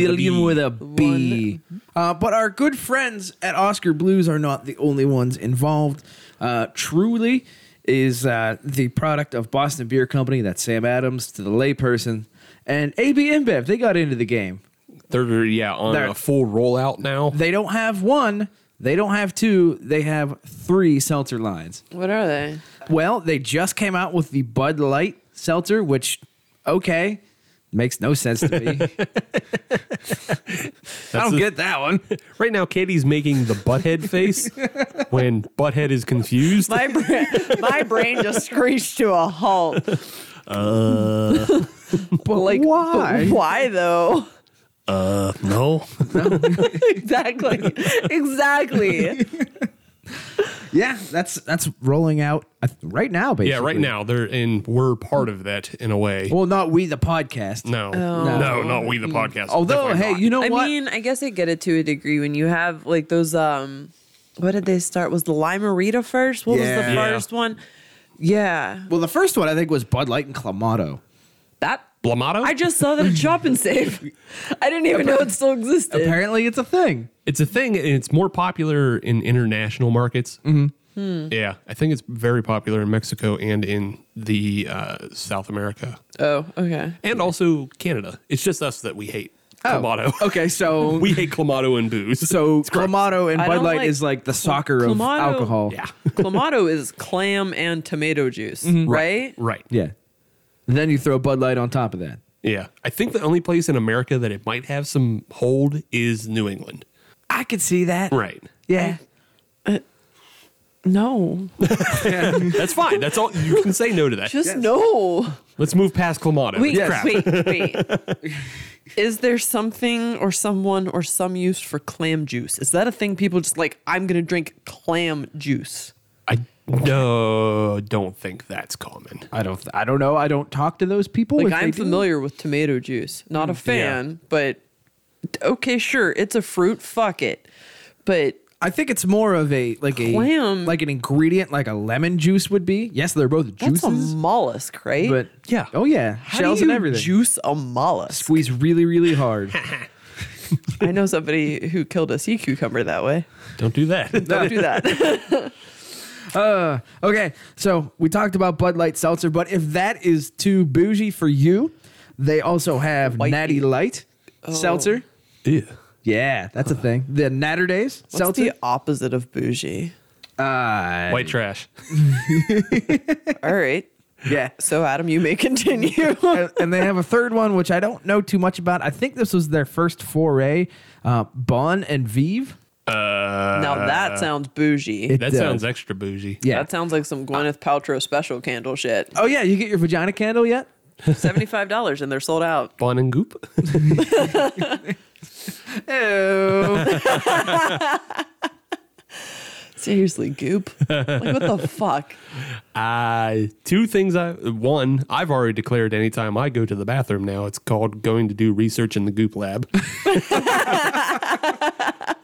with a billion B. with a B. Uh, but our good friends at Oscar Blues are not the only ones involved. Uh, truly is uh, the product of Boston Beer Company. That's Sam Adams to the layperson. And AB InBev, they got into the game. They're yeah on They're- a full rollout now. They don't have one, they don't have two, they have three seltzer lines. What are they? Well, they just came out with the Bud Light seltzer, which, okay, makes no <laughs> sense to me. I don't the- get that one. Right now, Katie's making the butthead face when butthead is confused. My brain, my brain just screeched to a halt. <laughs> but like, but why? why though? <laughs> Uh, no, exactly. Exactly. Yeah, that's that's rolling out uh, right now, basically. yeah, right now they're and we're part of that in a way. Well, not we the podcast. No, Oh. no, not we the podcast. Although, Definitely hey, not. you know I what? mean, I guess I get it to a degree when you have like those um what did they start? Was the Limerita first? What was Yeah. the Yeah. first one? Yeah. well, the first one I think was Bud Light and Clamato. That Blamato. I just saw that <laughs> at Shop and Save. I didn't even know it still existed. Apparently, it's a thing. it's a thing, and it's more popular in international markets. Mm-hmm. Hmm. Yeah, I think it's very popular in Mexico and in the uh, South America Oh, okay. and also Canada. It's just us that we hate Oh, Clamato. Okay, so <laughs> we hate Clamato and booze. so Clamato and I Bud don't Light like- is like the soccer of Clamato- alcohol. yeah, Clamato is clam and tomato juice, right? right. yeah. And then you throw Bud Light on top of that. Yeah. I think the only place in America that it might have some hold is New England. I could see that. Right. Yeah. No. That's fine. That's all you can say no to that. Just no. Let's move past Clamato. Wait, It's crap. wait, wait. Is there something or someone or some use for clam juice? Is that a thing people just like, I'm going to drink clam juice? I no, don't think that's common. I don't. I don't know. I don't talk to those people. Like, If they I'm do- familiar with tomato juice. Mm. Not a fan, but okay, sure. It's a fruit. Fuck it. But I think it's more of a like a Clam. like an ingredient, like a lemon juice would be. Yes, they're both that's juices, a mollusk, right? but Yeah. oh yeah, How shells do you and everything. juice a <laughs> mollusk? Squeeze really, really hard. <laughs> I know somebody who killed a sea cucumber that way. Don't do <laughs> that. Don't <laughs> do that. Uh, okay, so we talked about Bud Light Seltzer, but if that is too bougie for you, they also have White Natty Bee. Light Seltzer. Ew. Yeah, that's a thing. The Natter Days What's Seltzer. the opposite of bougie? uh, White trash. All right. yeah. So, Adam, you <laughs> may continue. and, and they have a third one, which I don't know too much about. I think this was their first foray. Uh, bon and Vive. now that sounds bougie. It That does. Uh, sounds extra bougie. Yeah. That sounds like some Gwyneth Paltrow special candle <laughs> shit. oh yeah, you get your vagina candle yet? Seventy-five dollars and they're sold out. Bon and goop. Oh. <laughs> Seriously, goop. Like what the fuck? Uh, two things I one, I've already declared anytime I go to the bathroom now, it's called going to do research in the goop lab. <laughs>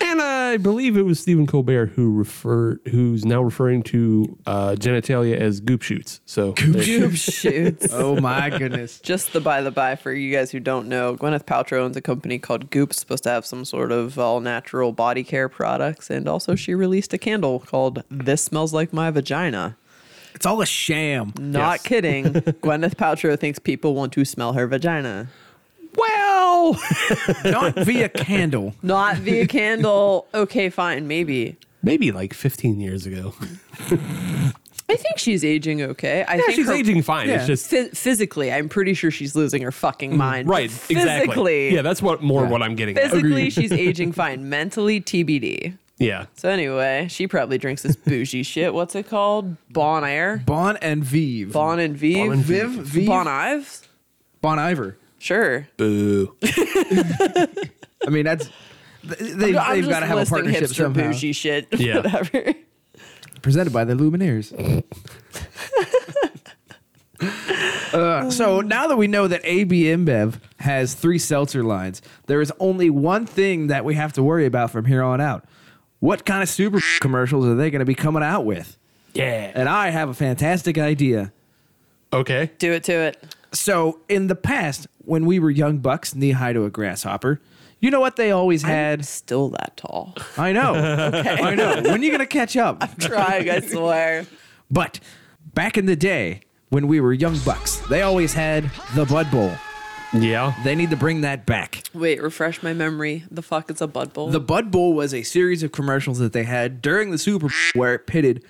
and I believe it was Stephen Colbert who referred who's now referring to uh, genitalia as goop shoots. So there- Goop shoots. <laughs> oh my goodness. Just the by the by for you guys who don't know, Gwyneth Paltrow owns a company called Goop, supposed to have some sort of all natural body care products, and also she released a candle called "This Smells Like My Vagina." It's all a sham. <laughs> Not kidding. Gwyneth Paltrow thinks people want to smell her vagina. Well, not via candle. Not <laughs> via candle. Okay, fine, maybe. Maybe like 15 years ago. I think she's aging okay. I think she's her- aging fine. yeah. It's just phy- physically, I'm pretty sure she's losing her fucking mind. Mm, right. Physically. Exactly. Yeah, that's what more what I'm getting. at. Physically, she's aging fine. Mentally, TBD. Yeah. So anyway, she probably drinks this bougie shit. What's it called? Bon Air? Bon and Vive. Bon and Vive? and Vive. Vive. Bon Ives? Bon Iver. Sure. Boo. I mean, that's th- they, I'm they've just got to have a listing partnership hipster somehow. bougie shit. Yeah. <laughs> Whatever. Presented by the Lumineers. Uh, so now that we know that AB InBev has three seltzer lines, there is only one thing that we have to worry about from here on out. What kind of super commercials are they going to be coming out with? Yeah. And I have a fantastic idea. Okay. Do it to it. So in the past, when we were young bucks, knee high to a grasshopper, you know what they always had? <laughs> Still <laughs> that tall. I know. I know. When are you going to catch up? Trying, I swear. But back in the day, when we were young bucks, they always had the Bud Bowl. Yeah. They need to bring that back. Wait, refresh my memory. The fuck is a Bud Bowl? The Bud Bowl was a series of commercials that they had during the Super Bowl where it pitted.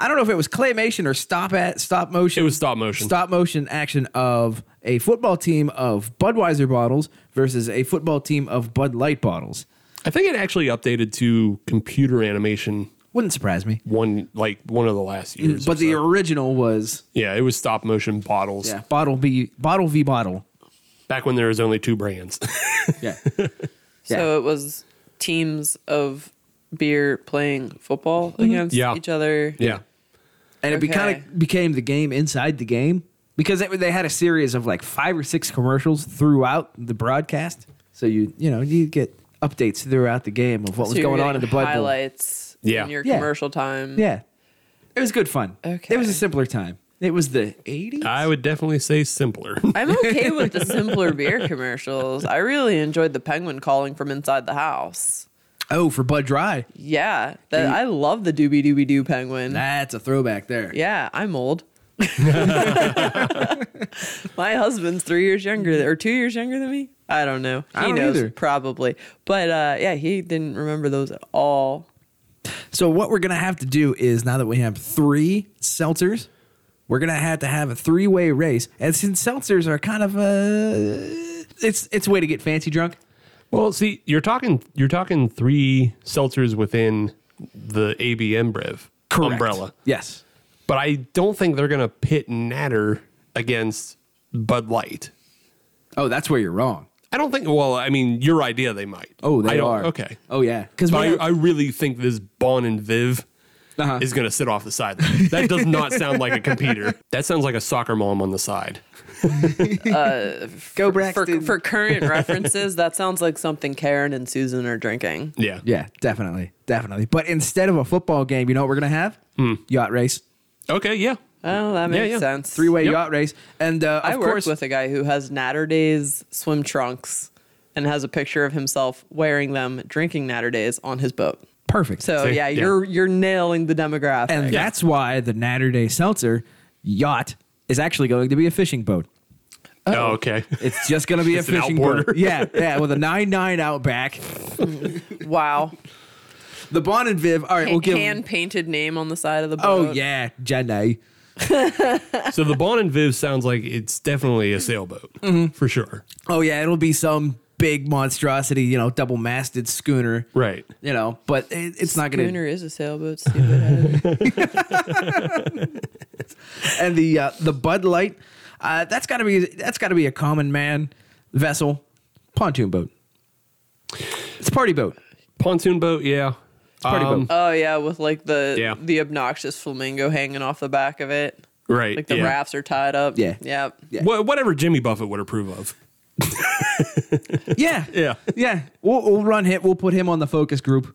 I don't know if it was claymation or stop at stop motion. It was stop motion. Stop motion action of a football team of Budweiser bottles versus a football team of Bud Light bottles. I think it actually updated to computer animation Wouldn't surprise me. one like one of the last years. Mm, But or the so. original was yeah, it was stop motion bottles. yeah, bottle B bottle v bottle. Back when there was only two brands. <laughs> <laughs> Yeah. So it was teams of beer playing football Mm-hmm. against Yeah. each other. yeah. and it be kind Okay. of became the game inside the game because it, they had a series of like five or six commercials throughout the broadcast. So you you know you get updates throughout the game of what So was you're going on in getting the Bud Bowl. highlights Yeah. in your Yeah. commercial time. Yeah, it was good fun. Okay. it was a simpler time. It was the '80s. I would definitely say simpler. <laughs> I'm okay <laughs> with the simpler beer commercials. I really enjoyed the penguin calling from inside the house. oh, for Bud Dry, Yeah, that I love the doobie doobie doo penguin. that's a throwback there. Yeah, I'm <laughs> old. My husband's three years younger th- or two years younger than me. I don't know. He I don't knows either. probably, but uh, yeah, he didn't remember those at all. So what we're gonna have to do is now that we have three seltzers, we're gonna have to have a three-way race. And since seltzers are kind of a, it's it's a way to get fancy drunk. well, see, you're talking you're talking three seltzers within the ABM Brev umbrella. Yes. But I don't think they're gonna pit Natter against Bud Light. Oh, that's where you're wrong. I don't think well, I mean your idea they might. Oh, they I don't- are. Okay. Oh yeah, because But I, I really think this Bon and Viv Uh-huh. is going to sit off the side. That does not sound like a computer. That sounds like a soccer mom on the side. go For, for <laughs> current references, that sounds like something Karen and Susan are drinking. Yeah. yeah, definitely, definitely. But instead of a football game, you know what we're gonna have? Hmm. Yacht race, Okay. Yeah. Oh, that makes yeah. sense. three way Yep. yacht race, and uh, I of worked course, with a guy who has Natterdays swim trunks and has a picture of himself wearing them, drinking Natterdays on his boat. perfect. So See? yeah, Yeah. you're you're nailing the demographic. and that's why the Natter Day Seltzer yacht is actually going to be a fishing boat. Oh, okay. It's just going to <laughs> be a Just an fishing outboarder. boat. Yeah, yeah, with a nine nine out back. wow, The Bon and Viv. All right, we'll give. hand painted name on the side of the boat. oh yeah, Jenny. so the Bon and Viv sounds like it's definitely a sailboat for sure. Oh yeah, it'll be some big monstrosity, you know, double masted schooner. Right. you know, but it, it's not going Schooner to. is a <laughs> sailboat. Stupid. And the uh, the Bud Light, uh, that's got to be that's got to be a common man vessel, pontoon boat. It's a party <laughs> boat. Pontoon boat. Yeah. Party Um, boat. oh yeah, with like the Yeah. the obnoxious flamingo hanging off the back of it. Right. Like the yeah. rafts are tied up. Yeah. Yep. Yeah. Wha- whatever Jimmy Buffett would approve of. Yeah, Yeah. yeah. We'll, we'll run hit. We'll put him on the focus group.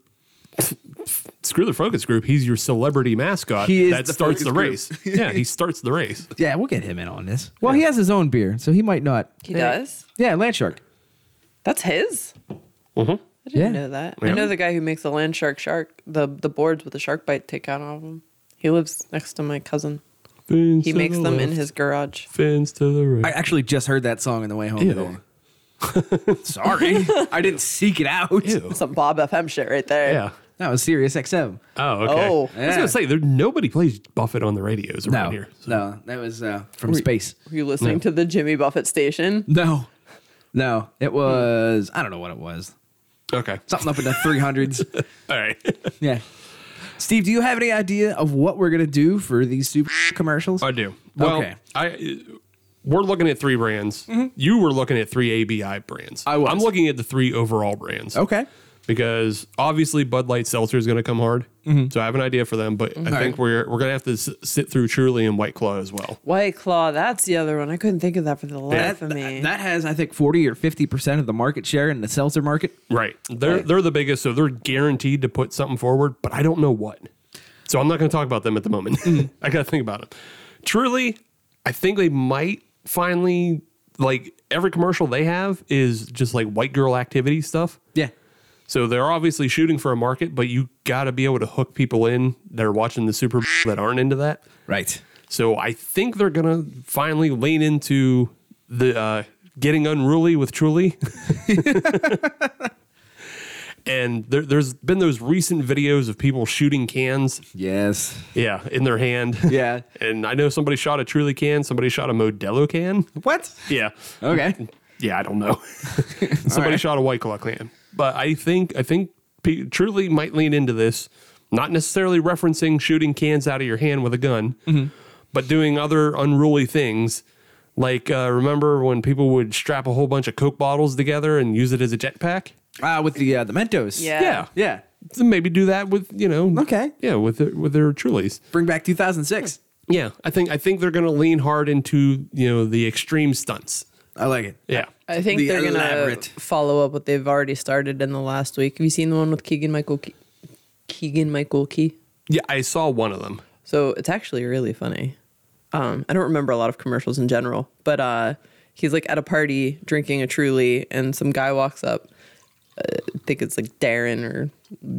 Screw the focus group. He's your celebrity mascot. He is that the starts focus the group. race. yeah. He starts the race. Yeah, we'll get him in on this. Well, he has his own beer, so he might not. He does. Yeah, Land Shark. That's his. I Yeah. didn't know that. I Mm-hmm. Yeah. know the guy who makes the land shark shark the the boards with the shark bite taken out of them. He lives next to my cousin. Fins He to makes the them in left, his garage. fins to the right. I actually just heard that song on the way home. Ew. today. <laughs> Sorry, I didn't seek it out. Some Bob FM shit right there. yeah. That was Sirius XM. Oh, okay. Oh. I was Yeah. gonna say there nobody plays Buffett on the radios around No, here. So no, that was uh, from space. Were you listening to the Jimmy Buffett station? No, no, it was. I don't know what it was. Okay. Something up in the three hundreds. All right. Yeah. Steve, do you have any idea of what we're gonna do for these super commercials? I do. <laughs> Well, Okay. Mm-hmm. I we're looking at three brands. You were looking at three ABI brands. I was. I'm looking at the three overall brands. Okay. Because obviously Bud Light Seltzer is going to come hard. Mm-hmm. So I have an idea for them, but I think we're we're going to have to s- sit through Truly and White Claw as well. White Claw, that's the other one. I couldn't think of that for the life That, of me. that has, I think, forty or fifty percent of the market share in the seltzer market. Right. They're they're the biggest, so they're guaranteed to put something forward, but I don't know what. So I'm not going to talk about them at the moment. <laughs> I got to think about it. Truly, I think they might finally like every commercial they have is just like white girl activity stuff. Yeah. So they're obviously shooting for a market, but you got to be able to hook people in that are watching the Super <laughs> Bowl that aren't into that. Right. So I think they're gonna finally lean into the uh, getting unruly with Truly. <laughs> and there, there's been those recent videos of people shooting cans, Yes. yeah, in their hand. Yeah. and I know somebody shot a Truly can, somebody shot a Modelo can. What? Yeah, Okay. yeah, I don't <laughs> know. Somebody shot a White Claw clan, but I think I think P- truly might lean into this, not necessarily referencing shooting cans out of your hand with a gun, but doing other unruly things. Like uh, remember when people would strap a whole bunch of Coke bottles together and use it as a jetpack? Uh, with the uh, the Mentos. yeah. Yeah, Yeah. So maybe do that with you know. Okay. Yeah, with their, with their Trulies. Bring back 2006. Yeah, I think I think they're going to lean hard into you know the extreme stunts. I like it. Yeah. I think The they're going elaborate. to follow up what they've already started in the last week. Have you seen the one with Keegan Michael Key? Keegan Michael Key? Yeah, I saw one of them. So it's actually really funny. Um, I don't remember a lot of commercials in general, but uh, he's like at a party drinking a Truly, and some guy walks up. Uh, I think it's like Darren or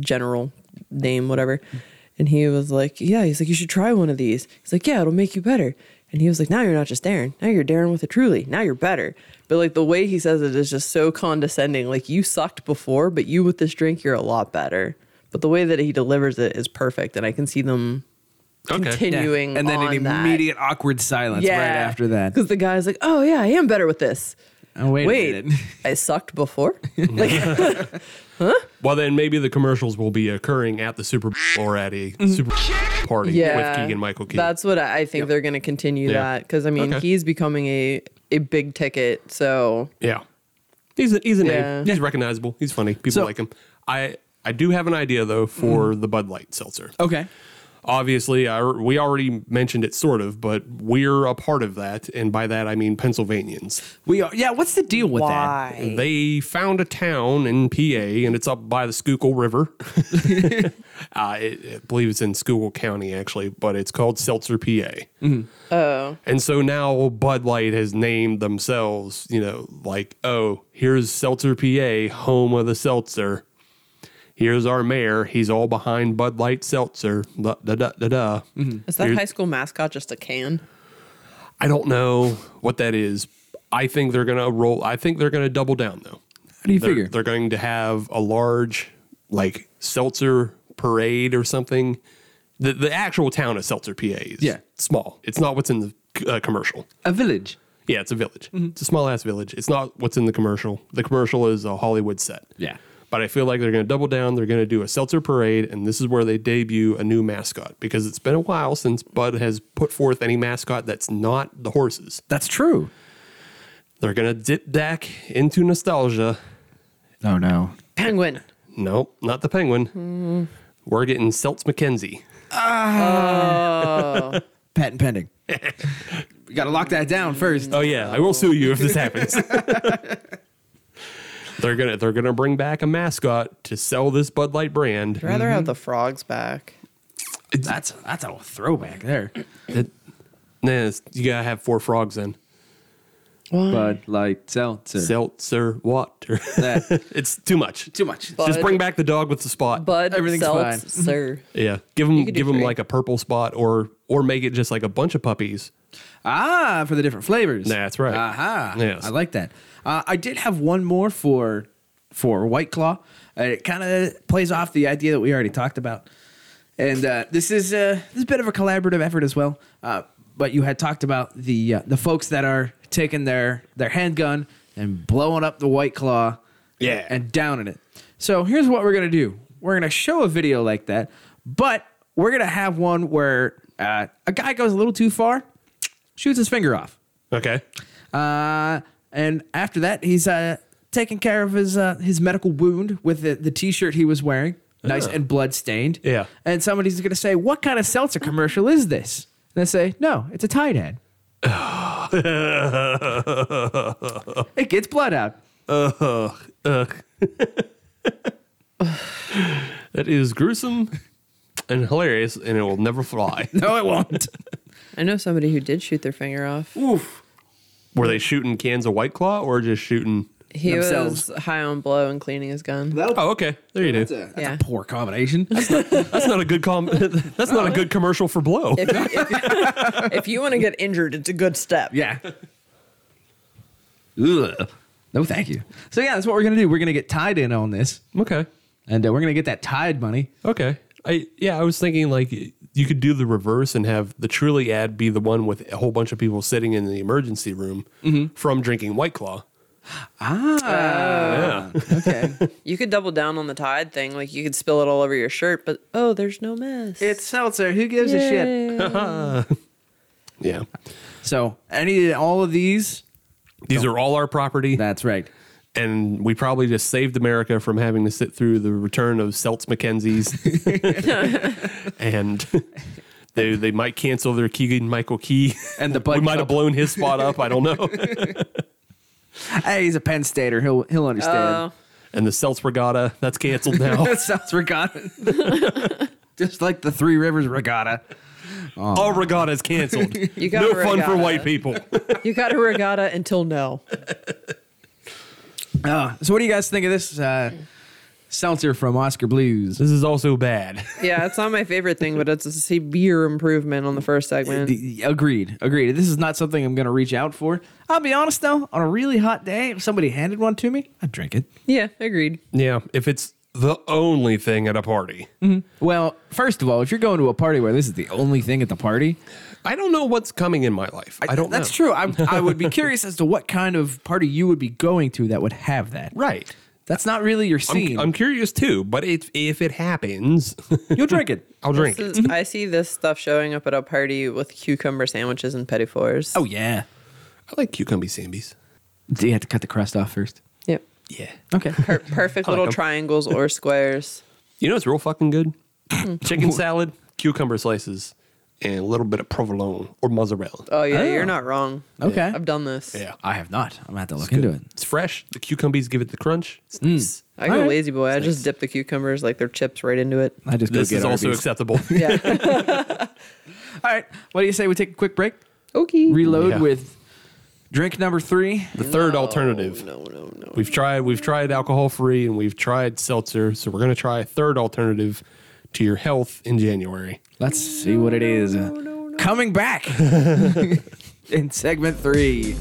general name, whatever. And he was like, "Yeah." He's like, "You should try one of these." He's like, "Yeah, it'll make you better." And he was like, "Now you're not just Darren. Now you're Darren with a Truly. Now you're better." But like the way he says it is just so condescending. Like you sucked before, but you with this drink, you're a lot better. But the way that he delivers it is perfect, and I can see them Okay. Yeah. continuing And then on an that. immediate awkward silence yeah. right after that. because the guy's like oh yeah i am better with this Oh, wait. a wait minute. <laughs> i sucked before Well, then maybe the commercials will be occurring at the Super Bowl or at a Super Bowl party Mm-hmm. yeah with Keegan Michael Key. that's what i I think they're going to continue Yeah. that because i mean Okay. he's becoming a a big ticket so yeah, he's a, he's a Yeah. name. He's recognizable. He's funny. People So- like him. I I do have an idea though for Mm-hmm. the Bud Light seltzer. Okay. Obviously, I, we already mentioned it sort of, but we're a part of that, and by that I mean Pennsylvanians. We are. Yeah. What's the deal with why They found a town in PA, and it's up by the Schuylkill River. <laughs> uh, I I believe it's in Schuylkill County actually, but it's called Seltzer, PA. oh And so now Bud Light has named themselves, you know, like, oh, here's Seltzer PA, home of the seltzer. Here's our mayor. He's all behind Bud Light Seltzer. Da da da da. da. is that You're- high school mascot just a can I don't know what that is. I think they're gonna roll. I think they're gonna double down though. that? How do you They're, figure? they're going to have a large like seltzer parade or something. The the actual town of Seltzer PA is Yeah. small. It's not what's in the uh, commercial. a village. Yeah, it's a village. Mm-hmm. It's a small ass village. It's not what's in the commercial. The commercial is a Hollywood set. Yeah. But I feel like they're going to double down. They're going to do a seltzer parade, and this is where they debut a new mascot because it's been a while since Bud has put forth any mascot that's not the horses. That's true. They're going to dip back into nostalgia. Oh no. penguin Nope, not the penguin. We're getting Seltz McKenzie. Patent pending. we got to lock that down first. Oh yeah, I will sue you if this happens. <laughs> they're gonna they're gonna bring back a mascot to sell this Bud Light brand. rather have the frogs back That's that's a throwback there. That, nah, it's- you gotta have four frogs then. Bud Light Seltzer. Seltzer water. That- <laughs> it's too much. Too much. Just Bud- bring back the dog with the spot. but Everything's everything's <laughs> fine. seltzer yeah, give him could do give him three. like a purple spot or or make it just like a bunch of puppies. Ah, for the different flavors. That's right. Aha. Yes. I like that. Uh, I did have one more for for White Claw. Uh, it kind of plays off the idea that we already talked about, and uh, this is uh, this is a bit of a collaborative effort as well. Uh, but you had talked about the uh, the folks that are taking their their handgun and blowing up the White Claw, Yeah. and downing it. So here's what we're gonna do. We're gonna show a video like that, but we're gonna have one where uh, a guy goes a little too far, shoots his finger off. <laughs> Okay. Uh, and after that, he's uh, taking care of his uh, his medical wound with the, the T-shirt he was wearing, nice and blood stained. Yeah. And somebody's going to say, "What kind of seltzer commercial is this?" And I say, "No, it's a Tide ad. it gets blood out." <laughs> That is gruesome and hilarious, and it will never fly. No, it won't. Mm-hmm. I know somebody who did shoot their finger off. Were they shooting cans of White Claw or just shooting? He Themselves. was high on blow and cleaning his gun. <laughs> Oh, okay. There you That's, a, do. that's a Yeah. poor combination. That's not a good com. <laughs> That's not a good commercial for blow. if, if- if you want to get injured, it's a good step. yeah. Ugh. <laughs> No, thank you. So yeah, that's what we're gonna do. We're gonna get tied in on this, <laughs> Okay. and uh, we're gonna get that Tide money. Okay. I yeah, I was thinking like you could do the reverse and have the truly ad be the one with a whole bunch of people sitting in the emergency room from drinking White Claw. Ah, yeah. Okay. You could double down on the Tide thing. Like you could spill it all over your shirt, but oh, there's no mess. It's seltzer. Who gives a shit? yeah. So any all of these? These are all our property, That's right. and we probably just saved America from having to sit through the return of Seltz McKenzie's, and <laughs> they they might cancel their Keegan Michael Key. And the we Bud might have Cup. blown his spot up. I don't know. Hey, he's a Penn Stater. He'll he'll understand. Oh, and the Seltz Regatta that's canceled now. That sounds regatta. <laughs> Just like the Three Rivers Regatta. All regatta is canceled. You got no a fun for regatta. white people. you got a regatta until no. Uh, so, what do you guys think of this uh, seltzer from Oscar Blues? this is also bad. Yeah, it's not my favorite thing, but it's a severe improvement on the first segment. The- Agreed. Agreed. This is not something I'm going to reach out for. I'll be honest though, on a really hot day, if somebody handed one to me, I'd drink it. Yeah, agreed. Yeah, if it's the only thing at a party, Well, first of all, if you're going to a party where this is the only thing at the party, I don't know what's coming in my life. I, don't. That's know. true. I, <laughs> I would be curious as to what kind of party you would be going to that would have that. Right. That's not really your scene. I'm, I'm curious too, but if if it happens, <laughs> You'll drink <laughs> it. I'll drink. This it. is- I see this stuff showing up at a party with cucumber sandwiches and petit fours. Oh yeah. I like cucumber sambies. Do you have to cut the crust off first? yep. Yeah. Okay. Per- perfect I like little 'em. triangles or squares. You know it's real fucking good. Chicken salad, cucumber slices, and a little bit of provolone or mozzarella. Oh yeah, Oh. you're not wrong. Okay. I've done this. Yeah. I have not. I'm gonna have to look Good. into it. It's fresh. The cucumbers give it the crunch. It's nice. I go All right. lazy boy. I just dip the cucumbers like they're chips right into it. I just This go get is also Arby's. acceptable. <laughs> <laughs> Yeah. All right. What do you say we take a quick break? okay. Reload Yeah. with drink number three. The third alternative. No, no, no. We've tried we've tried alcohol free and we've tried seltzer, so we're gonna try a third alternative to your health in January. Let's see what it is. Coming <laughs> back in segment three.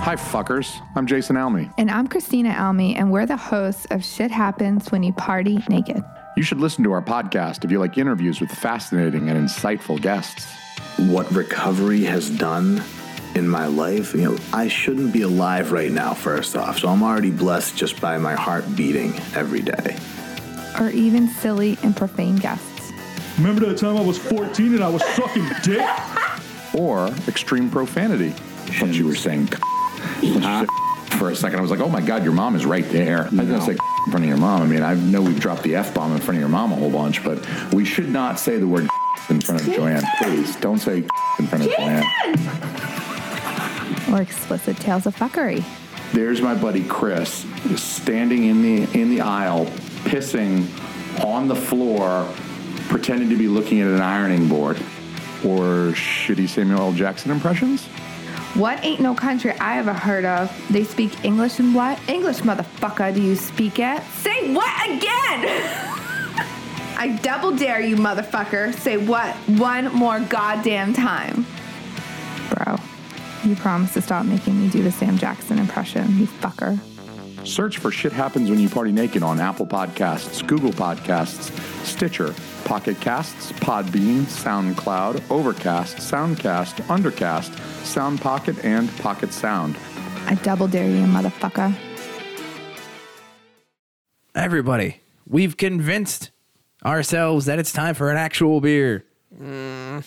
Hi, fuckers. I'm Jason Almy. And I'm Christina Almy, and we're the hosts of Shit Happens When You Party Naked. You should listen to our podcast if you like interviews with fascinating and insightful guests. what recovery has done in my life. You know, I shouldn't be alive right now, first off. So I'm already blessed just by my heart beating every day. or even silly and profane guests. Remember that time I was 14 and I was sucking dick? Or extreme profanity. What you were saying, <laughs> c- when you said for a second, I was like, oh my God, your mom is right there. I was going to say <laughs> c- in front of your mom. I mean, I know we've dropped the F bomb in front of your mom a whole bunch, but we should not say the word <laughs> c- in front of Joanne. Please don't say <laughs> c- in front of Joanne. Or explicit tales of fuckery. There's my buddy Chris standing in the in the aisle, pissing on the floor, pretending to be looking at an ironing board. Or shitty Samuel L. Jackson impressions? What ain't no country I ever heard of? They speak English and what? English, motherfucker, do you speak it? Say what again? <laughs> I double dare you, motherfucker. Say what? One more goddamn time. Bro, you promised to stop making me do the Sam Jackson impression, you fucker. Search for Shit Happens When You Party Naked on Apple Podcasts, Google Podcasts, Stitcher, Pocket Casts, Podbean, SoundCloud, Overcast, Soundcast, Undercast, Sound Pocket, and Pocket Sound. I double dare you, motherfucker. Everybody, we've convinced ourselves that it's time for an actual beer. Mm.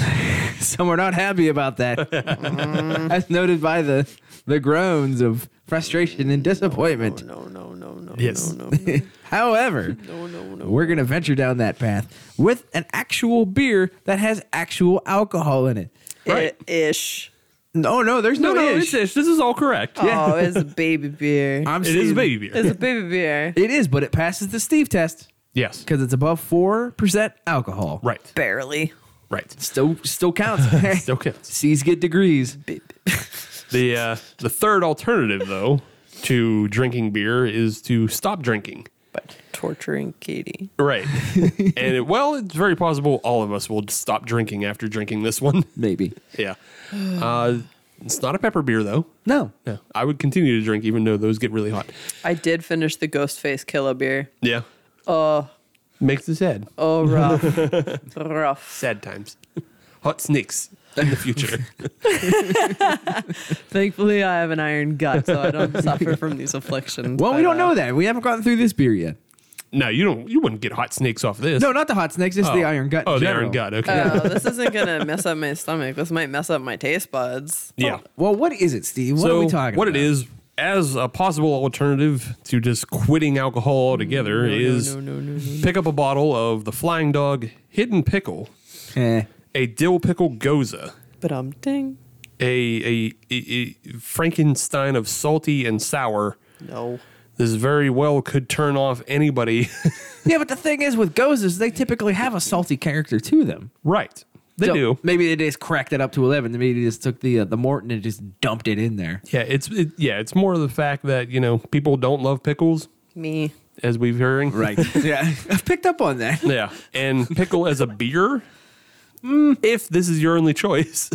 <laughs> Some are not happy about that, Mm. as noted by the the groans of frustration and disappointment. No, no, no, Oh, no. Yes. <laughs> However, <laughs> we're going to venture down that path with an actual beer that has actual alcohol in it. Right. ish. No, Oh, no, there's no, No, no, ish. it's ish. This is all correct. Oh, it's a baby beer. <laughs> I'm It saying- is baby beer. It's a baby beer. It is, but it passes the Steve test Yes. because it's above four percent alcohol. Right. Barely. Right. Still, still counts. Still counts. C's get degrees. The uh, the third alternative though to drinking beer is to stop drinking. But torturing Katie. Right. <laughs> and it, well, it's very possible all of us will stop drinking after drinking this one. Maybe. <laughs> yeah. <sighs> Uh, it's not a pepper beer though. No. Yeah. I would continue to drink even though those get really hot. I did finish the Ghostface Killer beer. Yeah. Uh. Oh, Makes it sad. oh, rough, rough. Sad times. <laughs> Hot snakes in the future. Thankfully, I have an iron gut, so I don't suffer from these afflictions. Well, we but, don't uh, know that. We haven't gotten through this beer yet. <laughs> no, you don't you wouldn't get hot snakes off this. No, not the hot snakes. It's Oh. the iron gut. in Oh, the general. Uh, iron gut. Okay. Oh, this isn't gonna mess up my stomach. This might mess up my taste buds. yeah. Oh, Well, what is it, Steve? What so are we talking? what about? it is as a possible alternative to just quitting alcohol altogether is pick up a bottle of the Flying Dog Hidden Pickle, Eh. a dill pickle goza, But um, ding. a, a, a- a Frankenstein of salty and sour. No. This very well could turn off anybody. <laughs> Yeah, but the thing is, with gozas, they typically have a salty character to them. right. They So do. Maybe they just cracked it up to eleven. Maybe they just took the uh, the Morton and just dumped it in there. Yeah, it's it, yeah, it's more of the fact that, you know, people don't love pickles Me. as we've hearing. Right. yeah, <laughs> I've picked up on <laughs> that. Yeah. And pickle as a <laughs> beer, Hmm. if this is your only choice,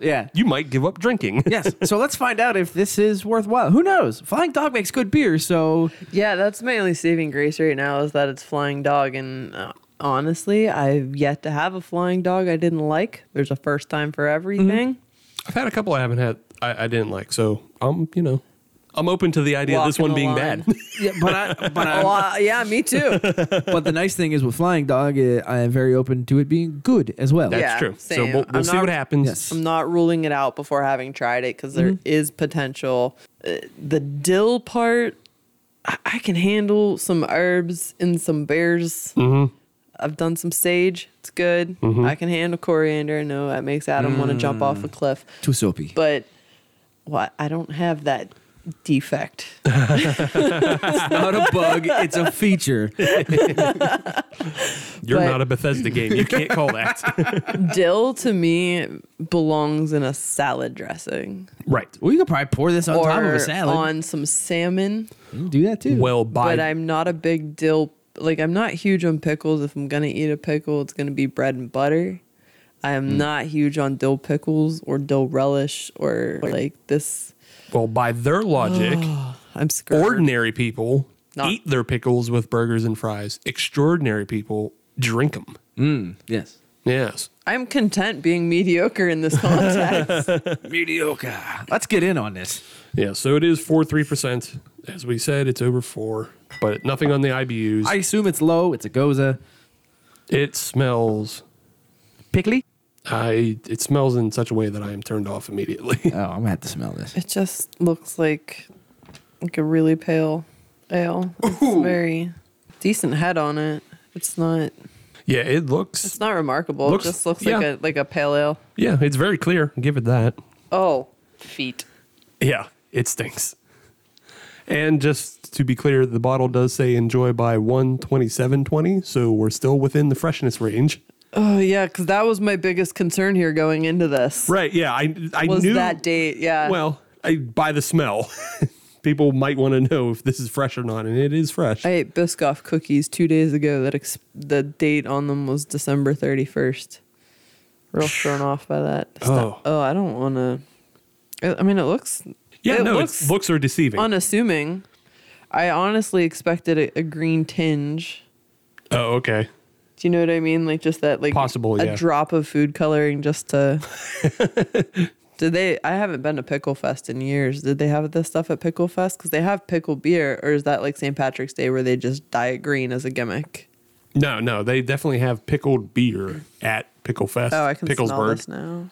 Yeah. you might give up drinking. <laughs> yes. So let's find out if this is worthwhile. Who knows? Flying Dog makes good beer, so Yeah, that's my only saving grace right now is that it's flying dog, and uh, honestly, I've yet to have a flying dog I didn't like. There's a first time for everything. Mm-hmm. I've had a couple I haven't had I, I didn't like, so I'm you know I'm open to the idea of this one Walking the being line. bad. yeah, but I, but Oh, uh, yeah, me too. but the nice thing is with Flying Dog, uh, I am very open to it being good as well. That's <laughs> Yeah, true. So same. we'll, I'm we'll see not- Um, what happens. Yes. I'm not ruling it out before having tried it because Mm-hmm. there is potential. Uh, the dill part, I-, I can handle some herbs and some bears. Mm-hmm. I've done some sage. It's good. I can handle coriander. I know that makes Adam want to jump off a cliff. Mm. Too soapy. But what? I don't have that <laughs> defect. not a bug. It's a feature. You're but- not a Bethesda game. You can't call <laughs> that. dill to me belongs in a salad dressing right. Well, you could probably pour this on or top of a salad. on some salmon. You can do that too. Well, but by I'm not a big dill. Like I'm not huge on pickles. If I'm gonna eat a pickle, it's gonna be bread and butter. I am Hmm. not huge on dill pickles or dill relish or like this. well by their logic, I'm scared. ordinary people Oh. Not- eat their pickles with burgers and fries. Extraordinary people drink them. yes. Yes. I'm content being mediocre <laughs> in this context. Mediocre. Let's get in on this. Yeah. So it is four three percent. As we said, it's over four, but nothing on the IBUs. I assume it's low. It's a goza. it smells. Pickly? I it smells in such a way that I am turned off immediately. Oh, I'm going to have to smell this. it just looks like like a really pale ale. It's very decent head on it. It's not. <laughs> Yeah, it looks. It's not remarkable. Looks- it just looks yeah. like a like a pale ale. Yeah, it's very clear. Give it that. Oh, feet. Yeah, it stinks. And just to be clear, the bottle does say enjoy by 12720, so we're still within the freshness range. Oh yeah, because that was my biggest concern here going into this. Right. Yeah, I I was knew that date. Yeah. Well, I by the smell <laughs> people might want to know if this is fresh or not, and it is fresh. I ate Biscoff cookies two days ago. That ex- the date on them was December thirty first. <sighs> Real thrown off by that. It's not- oh, I don't want to. I mean, it looks. yeah, it no, looks, looks are deceiving. unassuming. I honestly expected a, a green tinge. oh, okay. Do you know what I mean? Like just that, like Possible, a yeah. drop of food coloring just to. Did they? I haven't been to Pickle Fest in years. Did they have this stuff at Pickle Fest? Because they have pickle beer, or is that like St. Patrick's Day where they just dye it green as a gimmick? No, no, they definitely have pickled beer at Pickle Fest. Oh, I can Picklesburg. smell this now.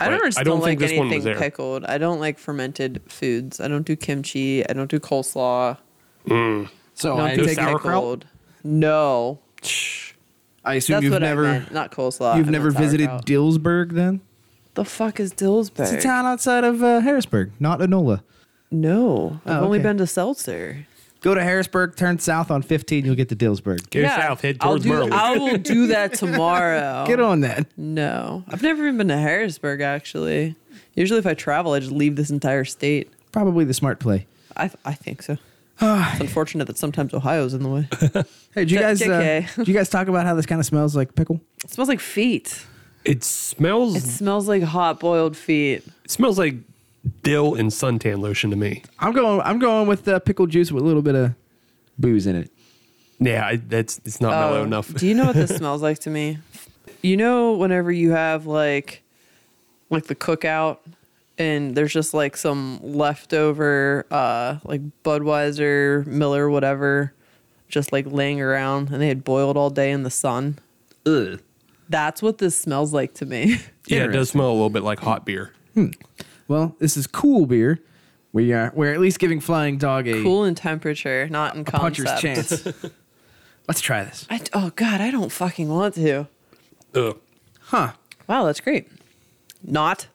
I But don't, just I don't, don't think like this one was anything there. pickled. I don't like fermented foods. I don't do kimchi. I don't do coleslaw. So don't I do take it- pickled. No, I assume that's you've what I never meant. Not coleslaw. you've I never meant visited sauerkraut. Dillsburg then? the fuck is It's a Dillsburg? town outside of uh, Harrisburg, not Enola. No, I've Oh, only okay. been to Seltzer. Go to Harrisburg, turn south on 15, you'll get to Dillsburg. Go south, head towards I'll do, Merlin. I <laughs> will do that tomorrow. Get on that. No, I've never even been to Harrisburg. Actually, usually if I travel, I just leave this entire state. Probably the smart play. I th- I <sighs> think so. it's unfortunate that sometimes Ohio's in <laughs> the way. Hey, did you J- guys uh, JK. <laughs> did you guys talk about how this kind of smells like pickle? It smells like feet. It smells Mm-hmm. It smells like hot boiled feet. it smells like dill and suntan lotion to me. I'm going I'm going with uh, pickle juice with a little bit of booze in it. Yeah, I, that's it's not mellow Oh, enough. Do you know what this smells like to me? You know, whenever you have like, like the cookout, and there's just like some leftover, uh, like Budweiser, Miller, whatever, just like laying around, and they had boiled all day in the sun. Ugh. That's what this smells like to me. yeah, it does smell a little bit like hot beer. Well, this is cool beer. We are we're at least giving Flying Dog a, <laughs> cool in temperature, not in a puncher's concept. chance. Let's try this. <laughs> I, oh God, I don't fucking want to. Ugh. Huh. Wow, that's great. Not.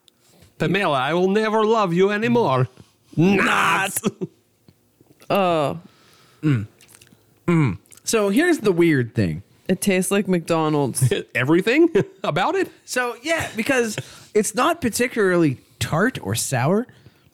Pamela, I will never love you anymore. Not. So here's the weird thing. It tastes like McDonald's. <laughs> Everything <laughs> about it? So yeah, because it's not particularly tart or sour,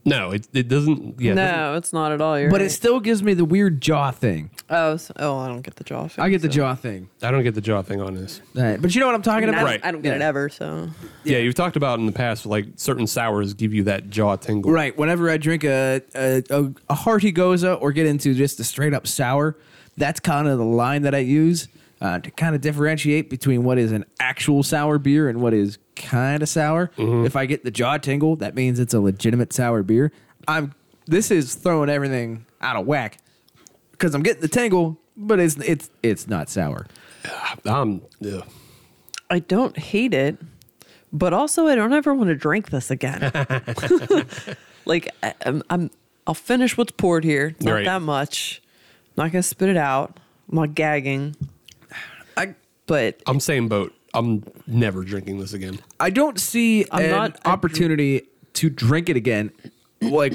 No, it, it doesn't. Yeah, it doesn't- no, it's not at all. You're but right. it still gives me the weird jaw thing. Oh, so, oh, I don't get the jaw. I get the jaw thing. I don't get the jaw thing on this. All right, But you know what I'm talking I, about? Right. don't, I don't get it Yeah. ever. So Yeah. you've talked about in the past like certain sours give you that jaw tingle. Right. Whenever I drink a a, a, a hearty goza or get into just a straight up sour, that's kind of the line that I use uh, to kind of differentiate between what is an actual sour beer and what is kind of sour. Mm-hmm. If I get the jaw tingle, that means it's a legitimate sour beer. I'm this is throwing everything out of whack because I'm getting the tingle, but it's it's it's not sour. Um. Yeah. I don't hate it, but also I don't ever want to drink this <laughs> again. <laughs> like I, I'm, I'm, I'll finish what's poured here. It's Not Right. that much. I'm not gonna spit it out. I'm not gagging. I But I'm same boat. I'm never drinking this again. I don't see I'm an not- I- opportunity to drink it again. Like,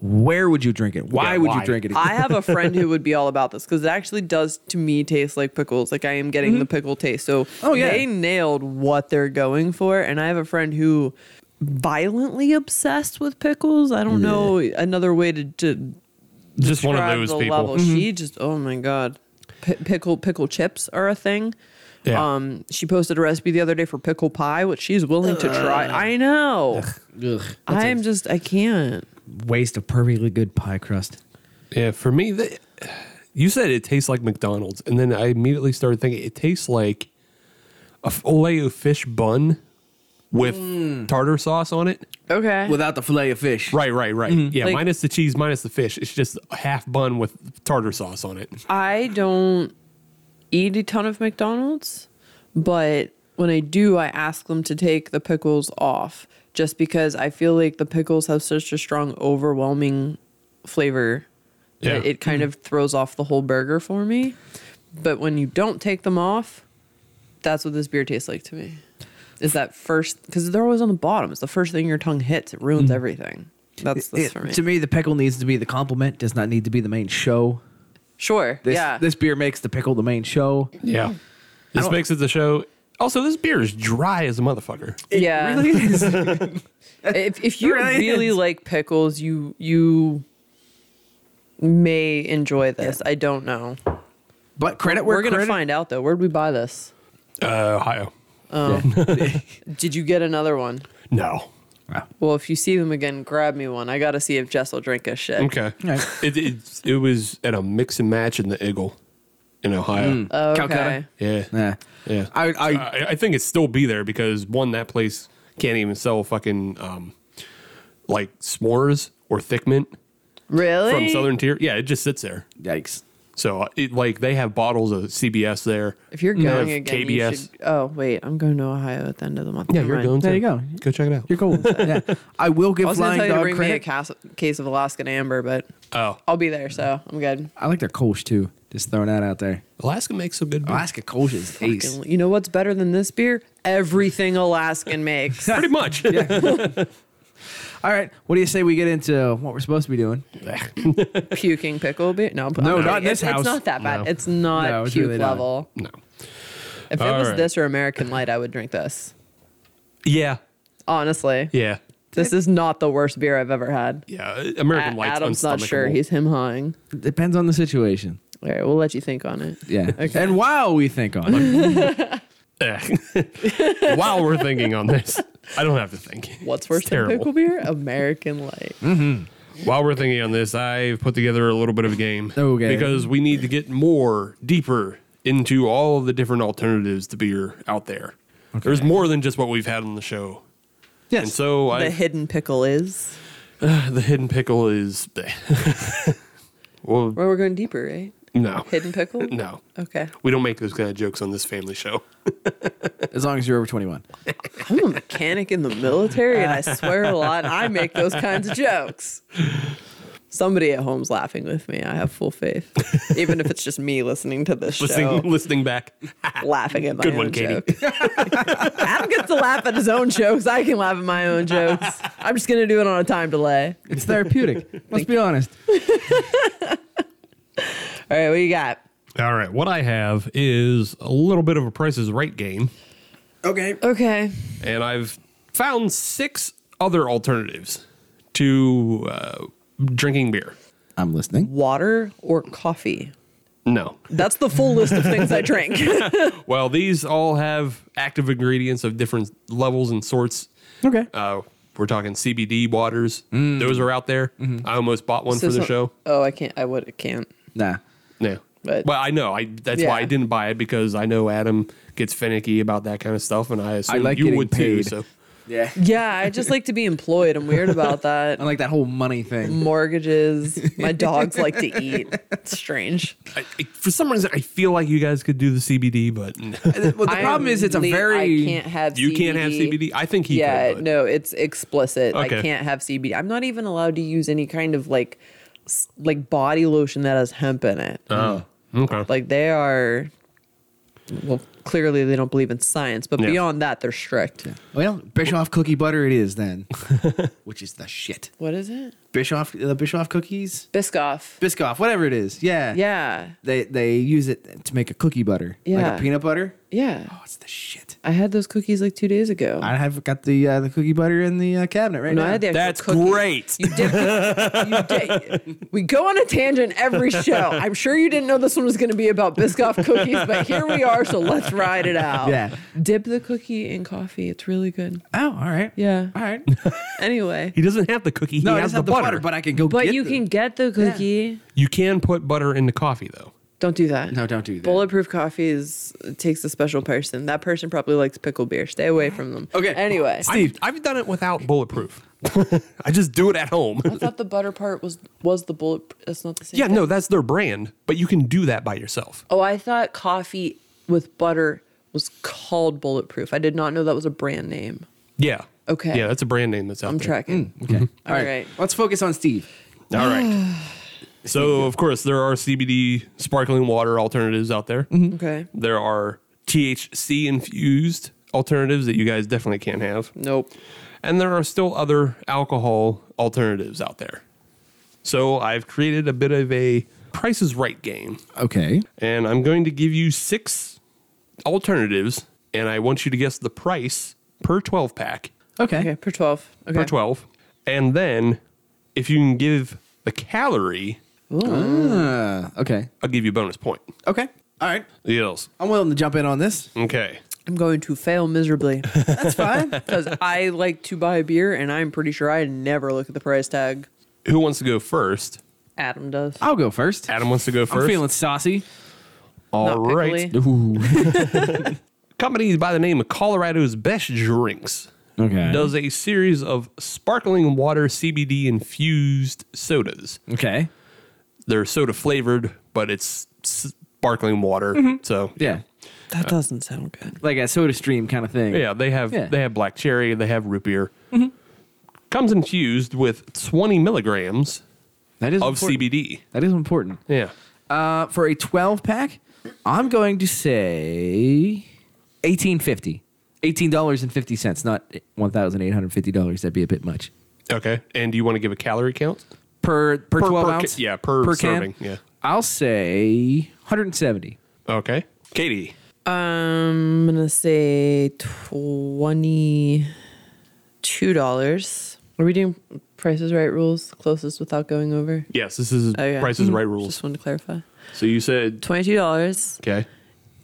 where would you drink it? Why Yeah, would you why? drink it? again? I <laughs> have a friend who would be all about this because it actually does to me taste like pickles. Like I am getting the pickle taste. So Mm-hmm. Oh, yeah. they nailed what they're going for. And I have a friend who violently obsessed with pickles. I don't know another way to, to Just one of describe those the people. level. Mm-hmm. She just oh my god, P- pickle pickle chips are a thing. Yeah. Um, she posted a recipe the other day for pickle pie, which she's willing to try. I know. I'm just I can't. waste of perfectly good pie crust. Yeah, for me, the, you said it tastes like McDonald's, and then I immediately started thinking it tastes like a filet fish bun with tartar sauce on it. Okay. Without the fillet of fish. Mm. Right, right, right. Yeah, Like- minus the cheese, minus the fish. It's just a half bun with tartar sauce on it. I don't eat a ton of McDonald's, but when I do, I ask them to take the pickles off just because I feel like the pickles have such a strong, overwhelming flavor. that Yeah. It kind of throws off the whole burger for me. But when you don't take them off, that's what this beer tastes like to me. Is that first, because they're always on the bottom. It's the first thing your tongue hits, it ruins everything. That's, that's Mm. It- for me. To me, the pickle needs to be the complement, does not need to be the main show. Sure. This, yeah. this beer makes the pickle the main show. Yeah, this makes it the show. Also, this beer is dry as a motherfucker. yeah. Really is. if if you Right. really like pickles, you you may enjoy this. I don't know. <laughs> But credit we're where gonna credit- find out though. Where'd we buy this? Uh, Ohio. Oh. Did you get another one? No. Ah. Well, if you see them again, grab me one. I gotta see if Jess will drink a shit. Okay. It, it it was at a mix and match in the Eagle in Ohio. Mm. Oh, okay. Calcutta? Yeah. Yeah. Yeah. I I, I think it'd still be there because one that place can't even sell fucking um like s'mores or thick mint Really? from Southern Tier. Yeah, it just sits there. Yikes. So uh, it, like they have bottles of CBS there. If you're They have going again, you should. Oh wait, I'm going to Ohio at the end of the month. Yeah, Never you're mind. going. There to. you go. Go check it out. You're <laughs> cool. yeah. I will Oh. I give was gonna Flying tell you to Dog bring me a credit. cas- case of Alaskan amber, but oh, I'll be there, so I'm good. I like their Kolsch too. Just throwing that out there. Alaska makes some good beer. Alaska Kolsch is ace. You know what's better than this beer? Everything Alaskan makes. Pretty much. All right. What do you say we get into what we're supposed to be doing? Puking pickle beer. No, I'm- No, I'm not in kidding. this it's, house. It's not that bad. No. It's not No, it's puke really not. level. <laughs> No. If it All was right. this or American Light, I would drink this. Yeah. Honestly, Yeah. this is not the worst beer I've ever had. Yeah. American A- Light's Adam's not sure. unstomachable. He's him hawing. Depends on the situation. All right, we'll let you think on it. Yeah. And while we think on <laughs> it, Eh. <laughs> While we're thinking on this, I don't have to think. What's It's worse than terrible. pickle beer? American <laughs> Light. While we're thinking on this, I've put together a little bit of a game. Okay. Because we need to get more deeper into all of the different alternatives to beer out there. There's more than just what we've had on the show. yes. And so The I, hidden pickle is. <laughs> the hidden pickle is. well, Well, we're going deeper, right? <laughs> no. Hidden pickle? <laughs> No. Okay. We don't make those kind of jokes on this family show. <laughs> as long as you're over 21. I'm a mechanic in the military and I swear a lot. and I make those kinds of jokes. Somebody at home's laughing with me. I have full faith. Even if it's just me listening to this listening, show, listening back. <laughs> laughing at my Good own one, Katie. joke. Adam gets to laugh at his own jokes. I can laugh at my own jokes. I'm just going to do it on a time delay. It's <laughs> therapeutic. Let's be honest. All right, what you got? All right. What I have is a little bit of a Price is Right game. Okay. Okay. and I've found six other alternatives to uh, drinking beer. I'm listening. Water or coffee? No. That's the full list of things I drink. Well, these all have active ingredients of different levels and sorts. Okay. Uh, we're talking CBD waters. Mm. Those are out there. Mm-hmm. I almost bought one for the some- show. Oh, I can't. I would. I can't. Nah. Yeah. But- well, I know. I that's why I Yeah. didn't buy it because I know Adam gets finicky about that kind of stuff, and I assume like you getting would too. paid. So Yeah. Yeah, I just like to be employed. I'm weird about that. I like that whole money thing. Mortgages. My dogs like to eat. It's strange. I, I- for some reason, I feel like you guys could do the CBD, <laughs> but <laughs> Well, the problem is it's a very I can't have. you can't have CBD. I think he yeah, could. but- no, it's explicit. Okay. I can't have CBD. I'm not even allowed to use any kind of like, s- like body lotion that has hemp in it. Oh, okay. Like they are. Well, clearly they don't believe in science, but Yeah. beyond that, they're strict. well Bischoff cookie butter. It is <laughs> then, which is the shit. What is it? Bischoff the Bischoff cookies, Biscoff. Biscoff, whatever it is. Yeah. Yeah, They they use it to make a cookie butter, like Yeah. a peanut butter. yeah. Oh, it's the shit. I had those cookies like two days ago. I have got the uh, the cookie butter in the uh, cabinet right No, I now. had the actual That's cookies. great. You did. you did. We go on a tangent every show. I'm sure you didn't know this one was going to be about Biscoff cookies, but here we are. So let's ride it out. Yeah. Dip the cookie in coffee. It's really good. oh, all right. Yeah. All <laughs> right. Anyway, He doesn't have the cookie. He No, I has just the, have the butter. butter. but I can go. but get you the- can get the cookie. you can put butter in the coffee though. Don't do that. No, don't do that. Bulletproof coffee is it takes a special person. That person probably likes pickle beer. Stay away from them. Okay. Anyway, I I've, I've done it without bulletproof. <laughs> I just do it at home. thought the butter part was was the bullet. That's not the <laughs> same. yeah, thing. no, that's their brand, but you can do that by yourself. Oh, I thought coffee with butter was called bulletproof. I did not know that was a brand name. Yeah. Okay. Yeah, that's a brand name that's out I'm there. tracking. Okay. All right. Let's focus on Steve. All <sighs> right. so of course there are CBD sparkling water alternatives out there. Okay. There are THC infused alternatives that you guys definitely can't have. Nope. And there are still other alcohol alternatives out there. So I've created a bit of a Price is Right game. Okay. And I'm going to give you six alternatives. And I want you to guess the price per 12 pack, Okay. Okay. Per 12. Okay. per 12. And then if you can give the calorie Ah, okay. I'll give you a bonus point. Okay. All right. Yes. I'm willing to jump in on this. Okay. I'm going to fail <laughs> miserably That's fine. because I like to buy beer, and I'm pretty sure I never look at the price tag. Who wants to go first? Adam does. I'll go first. Adam wants to go first. I'm feeling saucy. All Not right. pickly. Ooh. Company by the name of Colorado's Best Drinks Okay. does a series of sparkling water CBD infused sodas. okay. They're soda flavored, but it's sparkling water. Mm-hmm. So Yeah. That doesn't sound good. Like a soda stream kind of thing. Yeah, they have Yeah. Mm-hmm. they have black cherry, they have root beer. Comes infused with 20 milligrams That is of important. CBD. That is important. Yeah, Uh, for a 12 pack, I'm going to say 1850. $18.50, not $1,850. That'd be a bit much. okay. And do you want to give a calorie count? Per per, Per- per 12 ca- ounce? yeah, per serving, Can, yeah. I'll say 170. Okay, Katie. Um, I'm gonna say twenty-two dollars. Are we doing prices right rules? Closest without going over. Yes, this is Oh, Okay. Price Mm-hmm. is Right Oh, Mm, Just rules. wanted to clarify. So you said Twenty-two dollars, okay,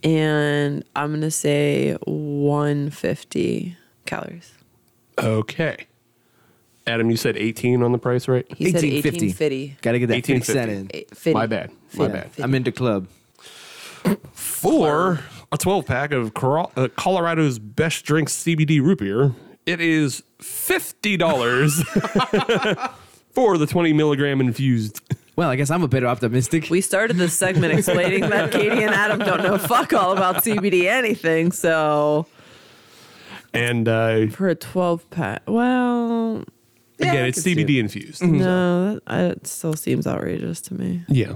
and I'm gonna say one fifty calories. okay. Adam, you said 18 on the price, right? He said eighteen fifty. Eh, Got to get that 50 cent 18.50. in. My bad. My bad. I'm into club. For a 12 pack of Cor- uh, Colorado's Best Drinks CBD root beer, it is <laughs> $50 <laughs> for the 20 milligram infused. Well, I guess I'm a bit optimistic. We started this segment <laughs> explaining that Katie and Adam don't know fuck all about CBD anything. So And uh, for a twelve pack, well, yeah, again, I it's could see CBD infused. it. Mm-hmm. No, that, I- it still seems outrageous to me. Yeah.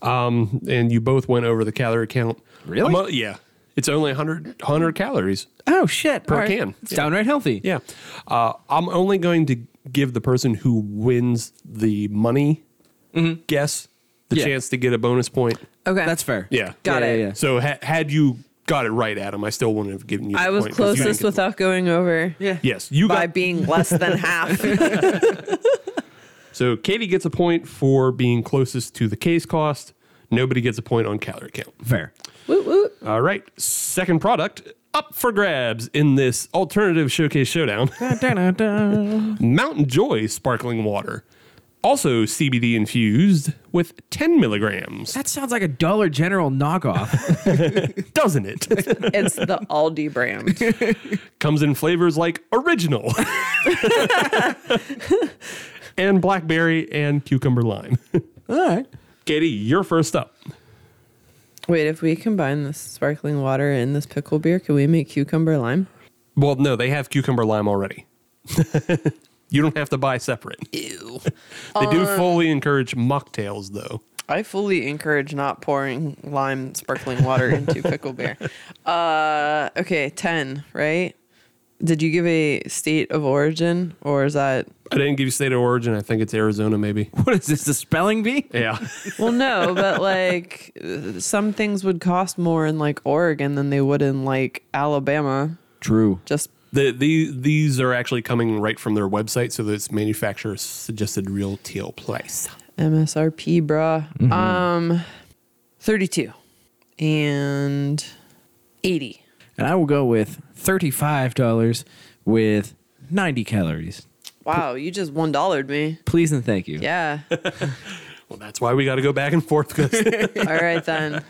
Um, and you both went over the calorie count. Really? Amo- yeah. It's only 100, 100 calories. oh, shit. Per All right. can. It's downright healthy. Yeah. Uh, I'm only going to give the person who wins the money Mm-hmm. guess the Yeah. chance to get a bonus point. Okay, That's fair. Yeah. Got Yeah, it. yeah, yeah. So ha- had you got it right, Adam, I still wouldn't have given you. The I was point 'cause you closest didn't get without going over. Yeah. the- Yes, you By got. being less <laughs> than half. so Katie gets a point for being closest to the case cost. Nobody gets a point on calorie count. Fair. All right, second product up for grabs in this alternative showcase <laughs> showdown. Mountain Joy sparkling water, also CBD infused with 10 milligrams, That sounds like a Dollar General <laughs> knockoff. doesn't <laughs> it? it's the Aldi brand. Comes in flavors like <laughs> original and blackberry and cucumber lime. All right. Katie, you're first up. Wait, if we combine this sparkling water and this pickle beer, can we make cucumber lime? Well, no, they have cucumber lime already. <laughs> you don't have to buy separate. Ew. they do Um, fully encourage mocktails, though. I fully encourage not pouring lime sparkling water <laughs> into pickle beer. Uh, okay, 10, right? Did you give a state of origin or is that. I didn't give you state of origin. I think it's Arizona, maybe. What is this, the spelling bee? Yeah. Well, no, <laughs> but like uh, some things would cost more in like Oregon than they would in like Alabama. True. Just <laughs> the, the, these are actually coming right from their website, so that it's manufacturer suggested real teal price. MSRP, bruh. Um, 32 and 80. And I will go with $35 with 90 calories. Wow, you just one dollared me. Please and thank you. Yeah. Well, that's why we got to go back and forth. 'cause- <laughs> All right then.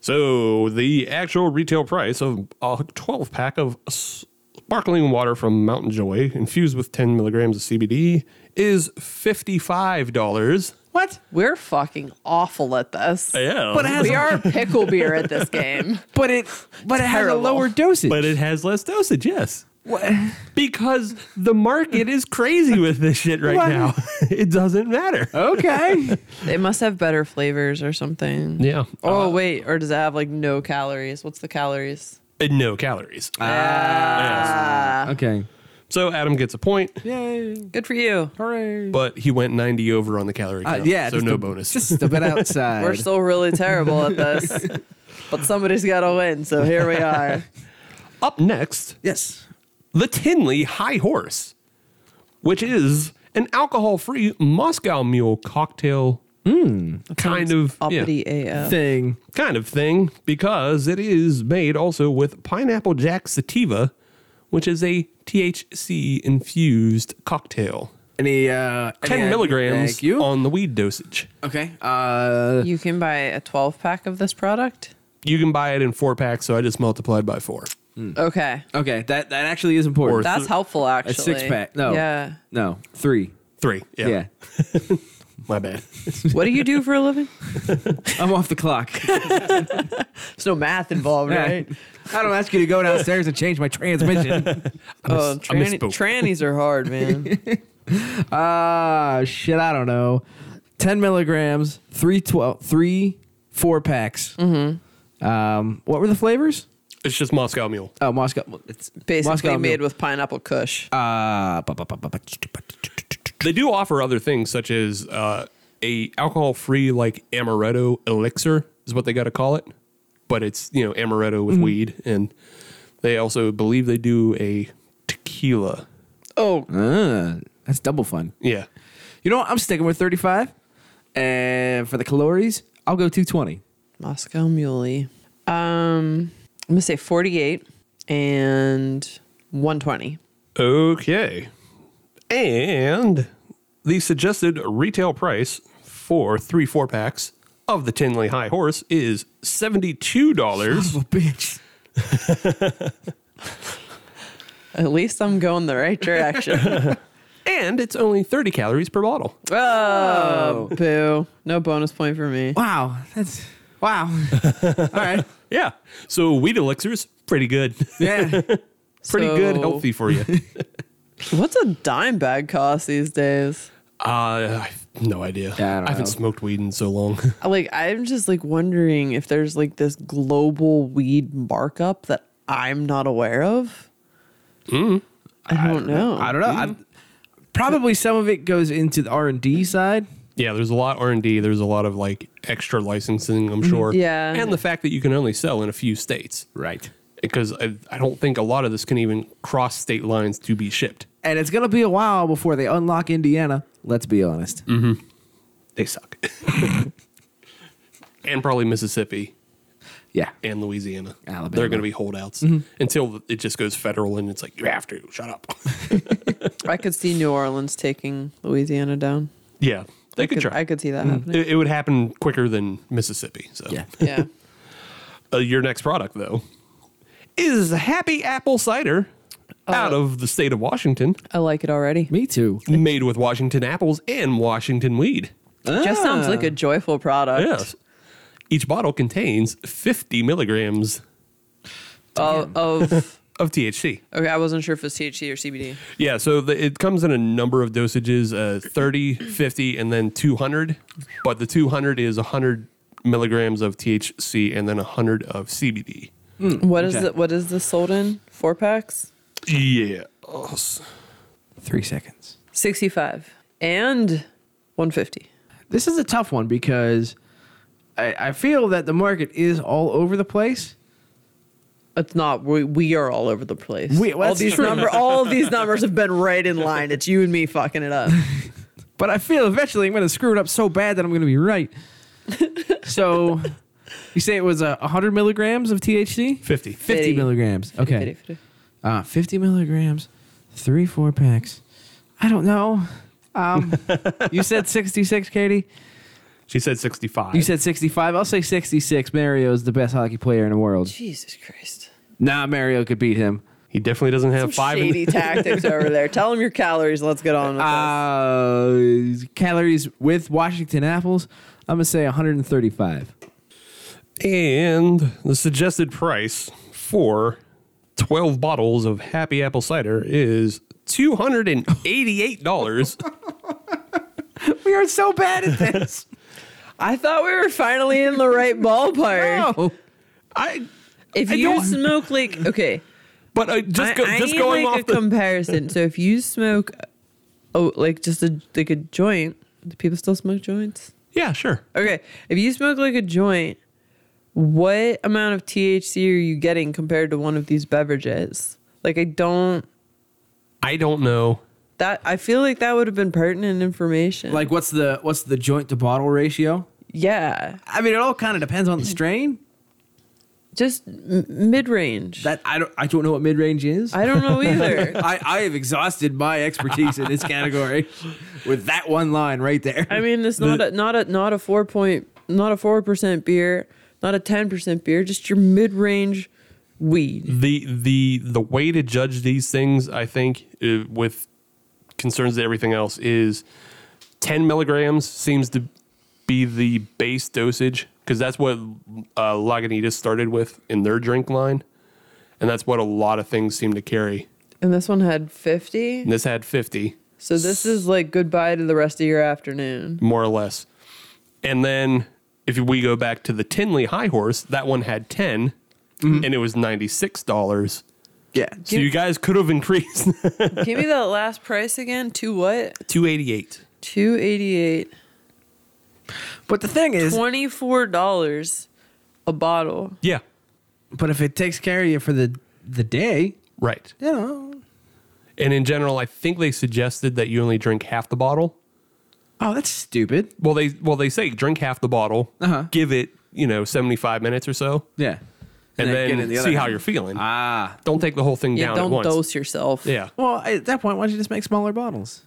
so the actual retail price of a 12 pack of sparkling water from Mountain Joy, infused with 10 milligrams of CBD, is $55. What? We're fucking awful at this. Yeah. But it has, We <laughs> are pickle beer at this game. but it, but it has a Terrible. lower dosage. But it has less dosage, yes. Because the market is crazy with this shit right What? now. <laughs> It doesn't matter. <laughs> okay. They must have better flavors or something. Yeah. Oh wait, or does it have like no calories? What's the calories? And no calories. okay. So Adam gets a point, Yay. Good for you. Hooray. but he went 90 over on the calorie Uh, count. yeah. So just no a- bonus. Just <laughs> a bit outside. We're still really terrible at this. <laughs> But somebody's gotta win, so here we <laughs> are. Up next, yes. the Tinley High Horse, which is an alcohol free Moscow Mule cocktail kind of Uppity AF. Uh, thing. kind of thing because it is made also with pineapple jack sativa, which is a THC infused cocktail. Any uh, Ten any- milligrams Thank you. on the weed dosage. okay. Uh, You can buy a 12 pack of this product. You can buy it in four packs, so I just multiplied by four. Hmm. Okay. okay. That that actually is Or important. That's th- helpful, actually. a six pack. No. Yeah. No. Three. Three. Yeah. Yeah. My bad. What do you do for a living? I'm off the <laughs> clock. <laughs> There's no math involved, right? <laughs> I don't ask you to go downstairs and change my <laughs> transmission. Oh, I tranny- misspoke. trannies are hard, man. Ah, shit. I don't know. Ten milligrams. Three twelve. Three four packs. Mm-hmm. Um, what were the flavors? It's just Moscow Mule. Oh, Moscow. well, It's Basically Moscow made Mule. with pineapple kush. Uh, bu- bu- bu- bu- bu- They do offer other things such as uh, a alcohol free like amaretto elixir is what they got to call it, but it's you know amaretto with weed, and they also believe they do a tequila. oh, Uh, that's double fun. Yeah. You know what? I'm sticking with 35. And for the calories, I'll go 220. Moscow Muley. Um, I'm gonna say 48 and 120. Okay. And the suggested retail price for three four packs of the Tinley High Horse is seventy two <gasps> dollars. bitch. At least I'm going the right direction. and it's only 30 calories per bottle. oh, boo! No bonus point for me. Wow. That's wow. <laughs> All right. Yeah. So weed elixirs, pretty good. <laughs> Yeah. pretty good, So- healthy for <laughs> you. What's a dime bag cost these days? uh, I have no idea. Yeah, I don't haven't know. smoked weed in so long. <laughs> Like, I'm just like wondering if there's like this global weed markup that I'm not aware of. I don't know. I don't know. I, probably some of it goes into the R&D side. yeah, there's a lot R&D, there's a lot of like extra licensing, Mm-hmm. I'm sure. Yeah. And the fact that you can only sell in a few states. Right. Because I, I don't think a lot of this can even cross state lines to be shipped. And it's going to be a while before they unlock Indiana. Let's be honest. They suck. and probably Mississippi Yeah. and Louisiana. Alabama. Mm-hmm. They're going to be holdouts until it just goes federal and it's like, you have to, shut up. <laughs> I could see New Orleans taking Louisiana down. yeah, they I could, try. Mm. I could see that Mm. <laughs> happening. it, it would happen quicker than Mississippi. So, Yeah. yeah. uh, your next product though is Happy Apple Cider out of the state of Washington, I like it already. Me too. made with Washington apples and Washington weed. Just sounds like a joyful product. Yes, each bottle contains 50 milligrams <laughs> Of, of of THC. okay, I wasn't sure if it's THC or CBD. Yeah, so the, it comes in a number of dosages uh, 30, 50, and then 200. But the 200 is 100 milligrams of THC and then 100 of CBD. What is okay. it? What is this sold in? Four packs, Yeah. 3 seconds. sixty-five and one fifty. This is a tough one because I, I feel that the market is all over the place. It's not. We, we are all over the place. We- well, all that's these true. number, all of these numbers have been right in line. It's you and me fucking it up. but I feel eventually I'm going to screw it up so bad that I'm going to be right. so you say it was uh, 100 milligrams of THC? 50. 50 milligrams. <laughs> Okay. Uh, 50 milligrams, three, four packs. I don't know. <laughs> Um, you said 66, Katie? She said 65. You said 65. I'll say 66. Mario's the best hockey player in the world. Jesus Christ. Nah, Mario could beat him. he definitely doesn't have five. in- Shady tactics over there. Tell them your calories. Let's get on with Uh, calories with Washington apples, I'm going to say 135. and the suggested price for 12 bottles of Happy Apple Cider is $288. We are so bad at <laughs> this. this. I thought we were finally in the <laughs> right ballpark. oh. I. If I you don't- smoke like okay, But I just, go, I, I just need going like off a the comparison. so if you smoke, oh, like just a like a joint, do people still smoke joints? Yeah, sure. Okay, if you smoke like a joint, what amount of THC are you getting compared to one of these beverages? Like I don't. I don't know. That I feel like that would have been pertinent information. Like what's the what's the joint to bottle ratio? Yeah. I mean, it all kind of depends on the strain. Just m- mid range. That I don't I don't know what mid range is. I don't <laughs> know either. I, I have exhausted my expertise in this category with that one line right there. I mean, it's not The- a not a not a four point not a four percent beer, not a ten percent beer. Just your mid range weed. the the the way to judge these things, I think, uh, with concerns to everything else, is ten milligrams seems to be the base dosage because that's what uh, Lagunitas started with in their drink line, and that's what a lot of things seem to carry. And this one had fifty. And this had fifty, So this is like goodbye to the rest of your afternoon. more or less, and then if we go back to the Tinley High Horse, that one had 10 and it was ninety six dollars. Mm-hmm. yeah. So you guys could have increased <laughs> Give me that last price again. Two what? two eighty eight. Two eighty eight. But the thing is, Twenty four dollars a bottle. Yeah, but if it takes care of you for the the day, right. you know. And in general, I think they suggested that you only drink half the bottle. Oh, that's stupid. Well, they well they say drink half the bottle, Uh-huh. give it you know seventy five minutes or so, Yeah. and, And then get then in the other see how hand. you're feeling. Ah. don't take the whole thing Yeah, down at don't once. dose yourself. Yeah, Well, at that point, why don't you just make smaller bottles?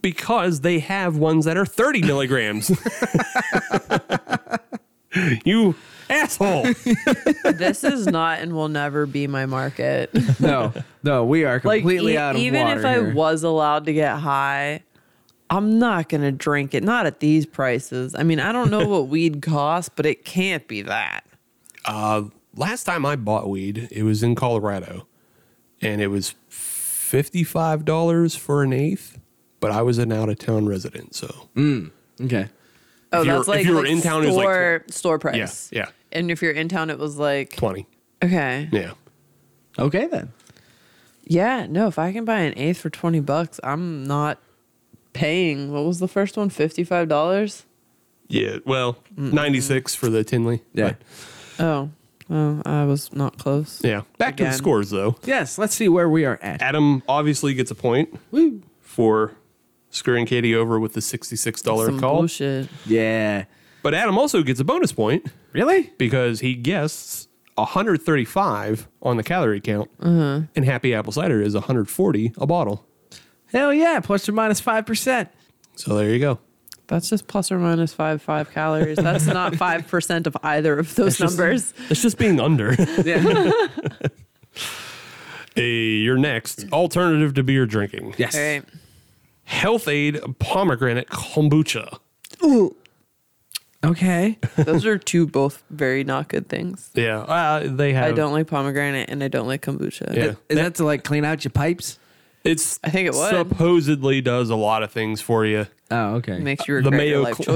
because they have ones that are thirty milligrams. <laughs> you asshole! This is not and will never be my market. No, no, we are Like completely e- out of even water if I here. was allowed to get high, I'm not gonna drink it. Not at these prices. I mean, I don't know what <laughs> weed costs, but it can't be that. Last time I bought weed, it was in Colorado, and it was fifty five dollars for an eighth. But I was an out of town resident, so Okay. Oh, If you that's were- if like, you were like in town, it was like store store price. yeah. And if you're in town, it was like twenty. okay, Yeah. Okay then. yeah. No, if I can buy an eighth for twenty bucks, I'm not paying. What was the first one? Fifty five dollars. Yeah. Well, 96 Mm-hmm. for the Tinley. Yeah. But, Oh, oh, I was not close. yeah. Back to Again. the scores, though. Yes. Let's see where we are at. Adam obviously gets a point Woo. for screwing Katie over with the $66 Some call. bullshit. Yeah. But Adam also gets a bonus point Really? because he guessed 135 on the calorie count. Uh-huh. And Happy Apple Cider is 140 a bottle. Hell yeah! Plus or minus five percent. So there you go. That's just plus or minus five five calories. That's not five percent of either of those numbers. It's just being <laughs> under. <laughs> Yeah. hey, you're next. Alternative to beer drinking. yes. All right. Health Aid Pomegranate Kombucha. Okay. Those are two both very not good things. Yeah. Uh, they have. I don't like pomegranate and I don't like kombucha. Yeah. Is that to like clean out your pipes? It's I think it would. supposedly does a lot of things for you. Oh, okay. It makes you The regret Mayo your life Cl-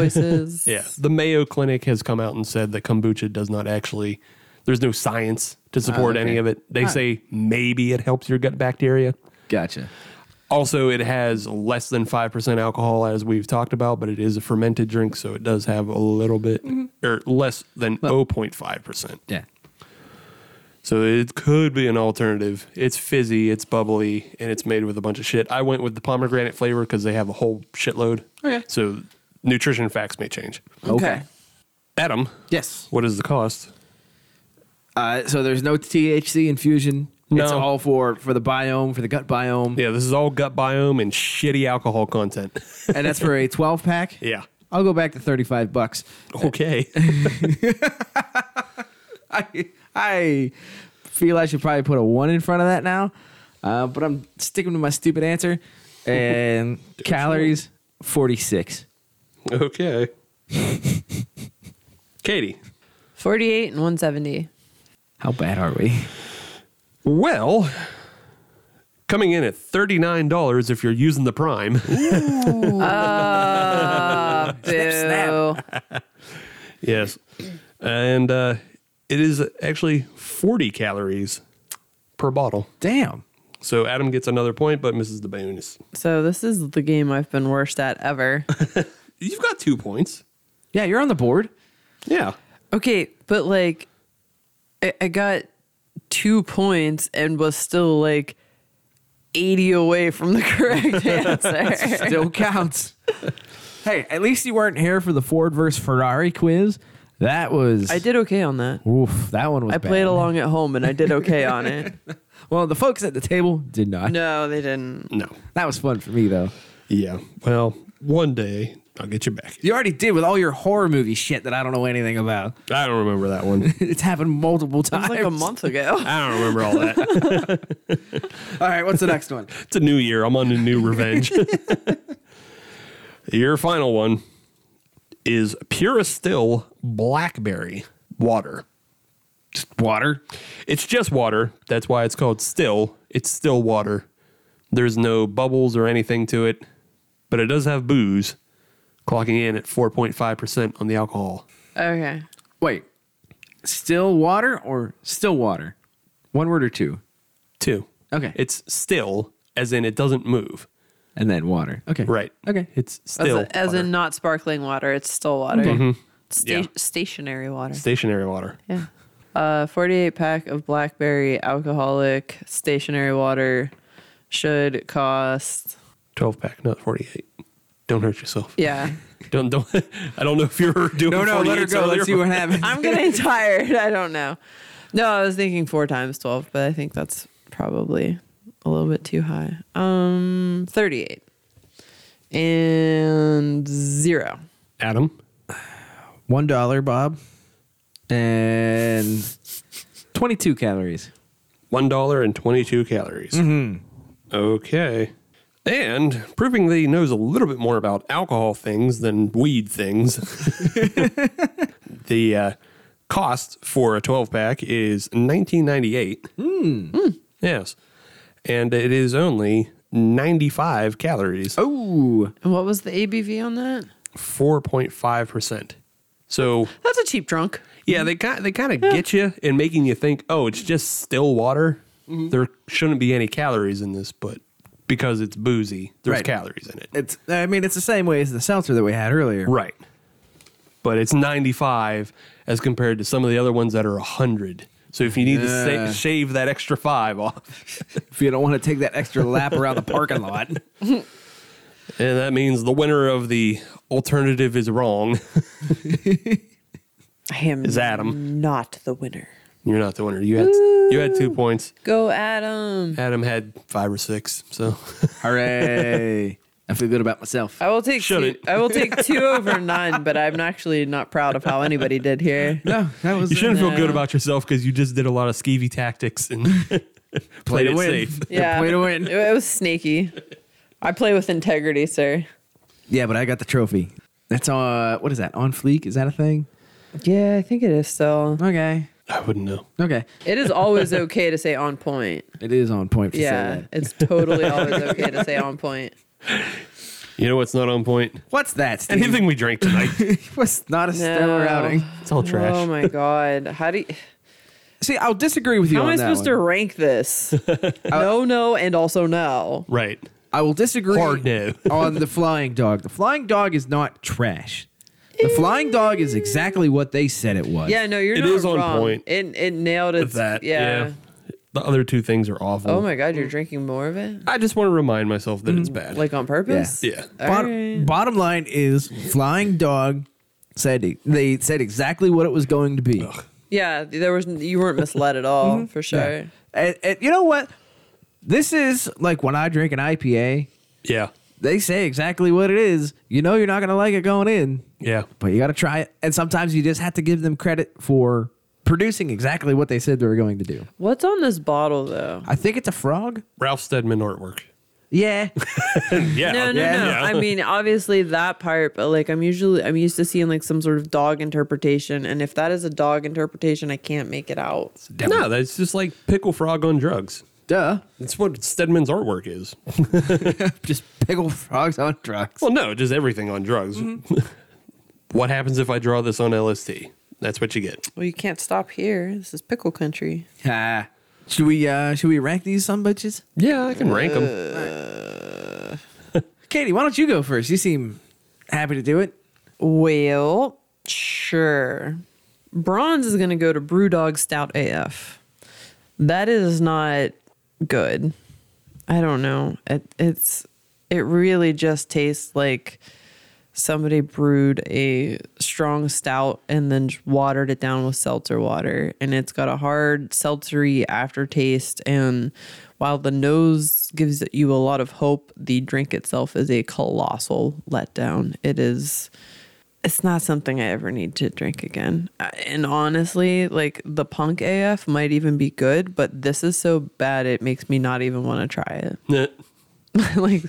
<laughs> choices. Yeah, the Mayo Clinic has come out and said that kombucha does not actually. There's no science to support Oh, okay. any of it. They say maybe it helps your gut bacteria. gotcha. Also, it has less than five percent alcohol, as we've talked about, but it is a fermented drink, so it does have a little bit or less than zero point five percent. Mm-hmm. Yeah. So it could be an alternative. It's fizzy, it's bubbly, and it's made with a bunch of shit. I went with the pomegranate flavor because they have a whole shitload. Okay. So nutrition facts may change. Okay. Adam, Yes. what is the cost? Uh, so there's no THC infusion. It's No. all for for the biome, for the gut biome, Yeah, this is all gut biome and shitty alcohol content. and that's for a 12 pack. <laughs> Yeah. I'll go back to 35 <laughs> bucks. Okay. I I feel I should probably put a one in front of that now, uh, but I'm sticking to my stupid <laughs> answer. And calories 46. okay. <laughs> Katie. Forty eight and <laughs> one seventy. How bad are we? Well, coming in at $39 if you're using the prime. Boo. <laughs> Yes. And uh, it is actually 40 calories per bottle. Damn. So Adam gets another point, but misses the bonus. So this is the game I've been worst at <laughs> ever. You've got two points. Yeah, you're on the board. Yeah. Okay, but like, I, I got two points and was still like 80 away from <laughs> the <laughs> correct answer. Still <laughs> counts. hey, at least you weren't here for the Ford versus Ferrari quiz. That was I did okay on that. Oof, that one was. I played bad. along at home and I did okay on it. Well, the folks at the table did not. <laughs> No, they didn't. No. That was fun for me though. Yeah. Well, one day I'll get you back. You already did with all your horror movie shit that I don't know anything about. <laughs> I don't remember that one. It's happened multiple It was times. like a month ago. I don't remember all that. <laughs> All right, <laughs> what's the next one? It's a new year. I'm on a <laughs> new revenge. Your final one is pure still blackberry water. Just water? It's just water. That's why it's called still. It's still water. There's no bubbles or anything to it, but it does have booze, clocking in at 4.5% on the alcohol. Okay. Wait, still water or still water? One word or two? Two. Okay. It's still, as in it doesn't move. and then water. Okay. Right. Okay. It's As, still. as in not sparkling water, it's still water. Sta- Yeah. Stationary water. stationary water. yeah. Uh, 48 pack of blackberry alcoholic stationary water should cost. 12 pack, not 48. Don't hurt yourself. <laughs> Yeah. Don't don't. I don't know if you're doing. No, no, let her 48s go. earlier. Let's see what <laughs> happens. I'm getting tired. I don't know. No, I was thinking four times 12, but I think that's probably a little bit too high. Um, 38 and zero. Adam, One dollar, Bob, and twenty-two calories. one dollar and twenty-two calories. Mm-hmm. Okay, and proving that he knows a little bit more about alcohol things than weed things. <laughs> the uh, cost for a twelve-pack is nineteen ninety-eight. Hmm. Hmm. Yes, and it is only ninety-five calories. Oh. Ooh, And what was the ABV on that? Four point five percent. So That's a cheap drunk. Yeah, they kind they kind of get you in making you think, oh, it's just still water. There shouldn't be any calories in this, but because it's boozy, there's Right. calories in it. it's. I mean, it's the same way as the seltzer that we had earlier. Right. But it's 95 as compared to some of the other ones that are 100. So if you need to Yeah. sa- shave that extra 5 off, If you don't want to take that extra lap around the parking lot, and that means the winner of the alternative is wrong. <laughs> I am Is Adam. not the winner. You're not the winner. You had you had 2 points. Go Adam. Adam had 5 or 6. So <laughs> hooray! I feel good about myself. I will take Shut two, it. I <laughs> will take two over none, but I'm actually not proud of how anybody <laughs> did here. No, that was you shouldn't feel good No. about yourself cuz you just did a lot of skeevy tactics and played to it win. safe. <laughs> Yeah, Way to win. It, it was snaky. I play with integrity, sir. Yeah, but I got the trophy. That's on. What is that? On fleek? Is that a thing? Yeah, I think it is still. Okay. I wouldn't know. Okay. It is always okay to say on point. It is on point. <laughs> To Say Yeah, that. it's <laughs> totally always okay to say on point. You know what's not on point? What's that? <laughs> Steve? <laughs> Anything we drank tonight. was not a stellar No. outing. <laughs> it's all trash. Oh my god, <laughs> how do you, See, I'll disagree with you. how am on I that supposed to one. Uh, rank <laughs> this? no, no, and also no. Right. I will disagree Hard no. on the flying dog. The flying dog is not trash. The flying dog is exactly what they said it was. Yeah, no, you're It not is on wrong. point. It it nailed its That. Yeah. The other two things are awful. Oh my god, you're drinking more of it? I just want to remind myself that it's bad. Like on purpose? yeah. Bot- Alright. Bottom line is, flying dog said they said exactly what it was going to be. Yeah, there was you weren't misled at all Mm-hmm. for sure. And, and you know what? This is like when I drink an IPA. Yeah. They say exactly what it is. You know you're not gonna like it going in. Yeah. but you got to try it. And sometimes you just have to give them credit for producing exactly what they said they were going to do. What's on this bottle though? I think it's a frog. Ralph Steadman artwork. <laughs> Yeah. Yeah. No, no, no. I mean, obviously that part, but like I'm usually I'm used to seeing like some sort of dog interpretation, and if that is a dog interpretation, I can't make it out. no, that's just like Pickle Frog on drugs. Duh. That's what Steadman's artwork is. Just pickle <laughs> frogs on drugs. <laughs> Well, no, just everything on drugs. Mm-hmm. <laughs> what happens if I draw this on LSD? That's what you get. Well, you can't stop here. This is pickle country. Ah. Should we uh should we rank these some bitches? Uh, Yeah, I can rank them. Katie, why don't you go first? You seem happy to do it. Well, sure. Bronze is going to go to Brewdog Stout AF. That is not good. I don't know. It, it's it really just tastes like somebody brewed a strong stout and then just watered it down with seltzer water, and it's got a hard seltzery aftertaste. And while the nose gives you a lot of hope, the drink itself is a colossal letdown. It is it's not something I ever need to drink again. Uh, And honestly, like the punk AF might even be good, but this is so bad it makes me not even want to try it. <laughs> like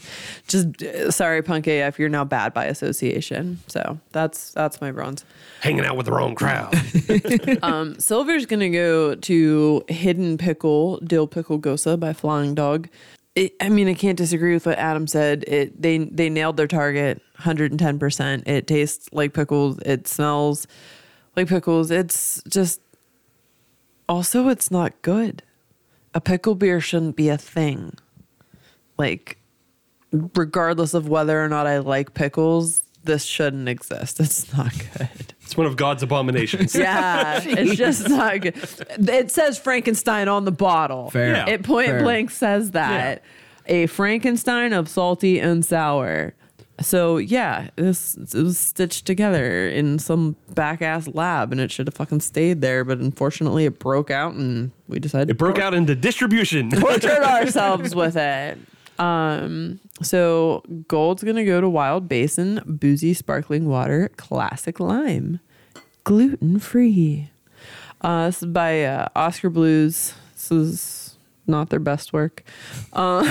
just uh, sorry punk AF, you're now bad by association. So, that's that's my bronze. <laughs> Hanging out with the wrong <laughs> crowd. um, Silver's gonna go to Hidden Pickle, Dill Pickle Gosa by Flying Dog. It, I mean, I can't disagree with what Adam said. It they they nailed their target, hundred and ten percent. It tastes like pickles. It smells like pickles. It's just also it's not good. A pickle beer shouldn't be a thing. Like, regardless of whether or not I like pickles, this shouldn't exist. It's not good. It's one of God's abominations. Yeah, it's just not good. It says Frankenstein on the bottle. Fair. Yeah. It point Fair. blank says that. A Frankenstein of salty and sour. So yeah, this it was stitched together in some back ass lab, and it should have fucking stayed there. But unfortunately, it broke out, and we decided It broke out into distribution. tortured ourselves with it. Um, so gold's gonna go to Wild Basin boozy sparkling water, classic lime, gluten free. Uh, this is by uh, Oscar Blues. This is not their best work. Uh,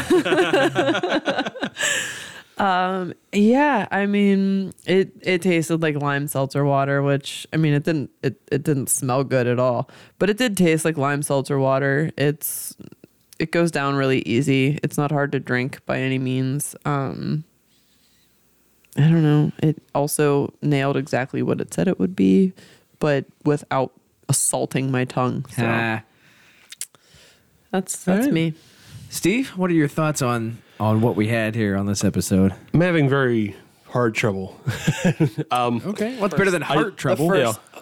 um, yeah, I mean, it it tasted like lime seltzer water, which I mean, it didn't it it didn't smell good at all, but it did taste like lime seltzer water. It's it goes down really easy. It's not hard to drink by any means. Um, I don't know. It also nailed exactly what it said it would be, but without assaulting my tongue. So Ah. that's that's Alright. me. Steve, what are your thoughts on on what we had here on this episode? <laughs> I'm having very hard trouble. um, okay. What's better than heart trouble?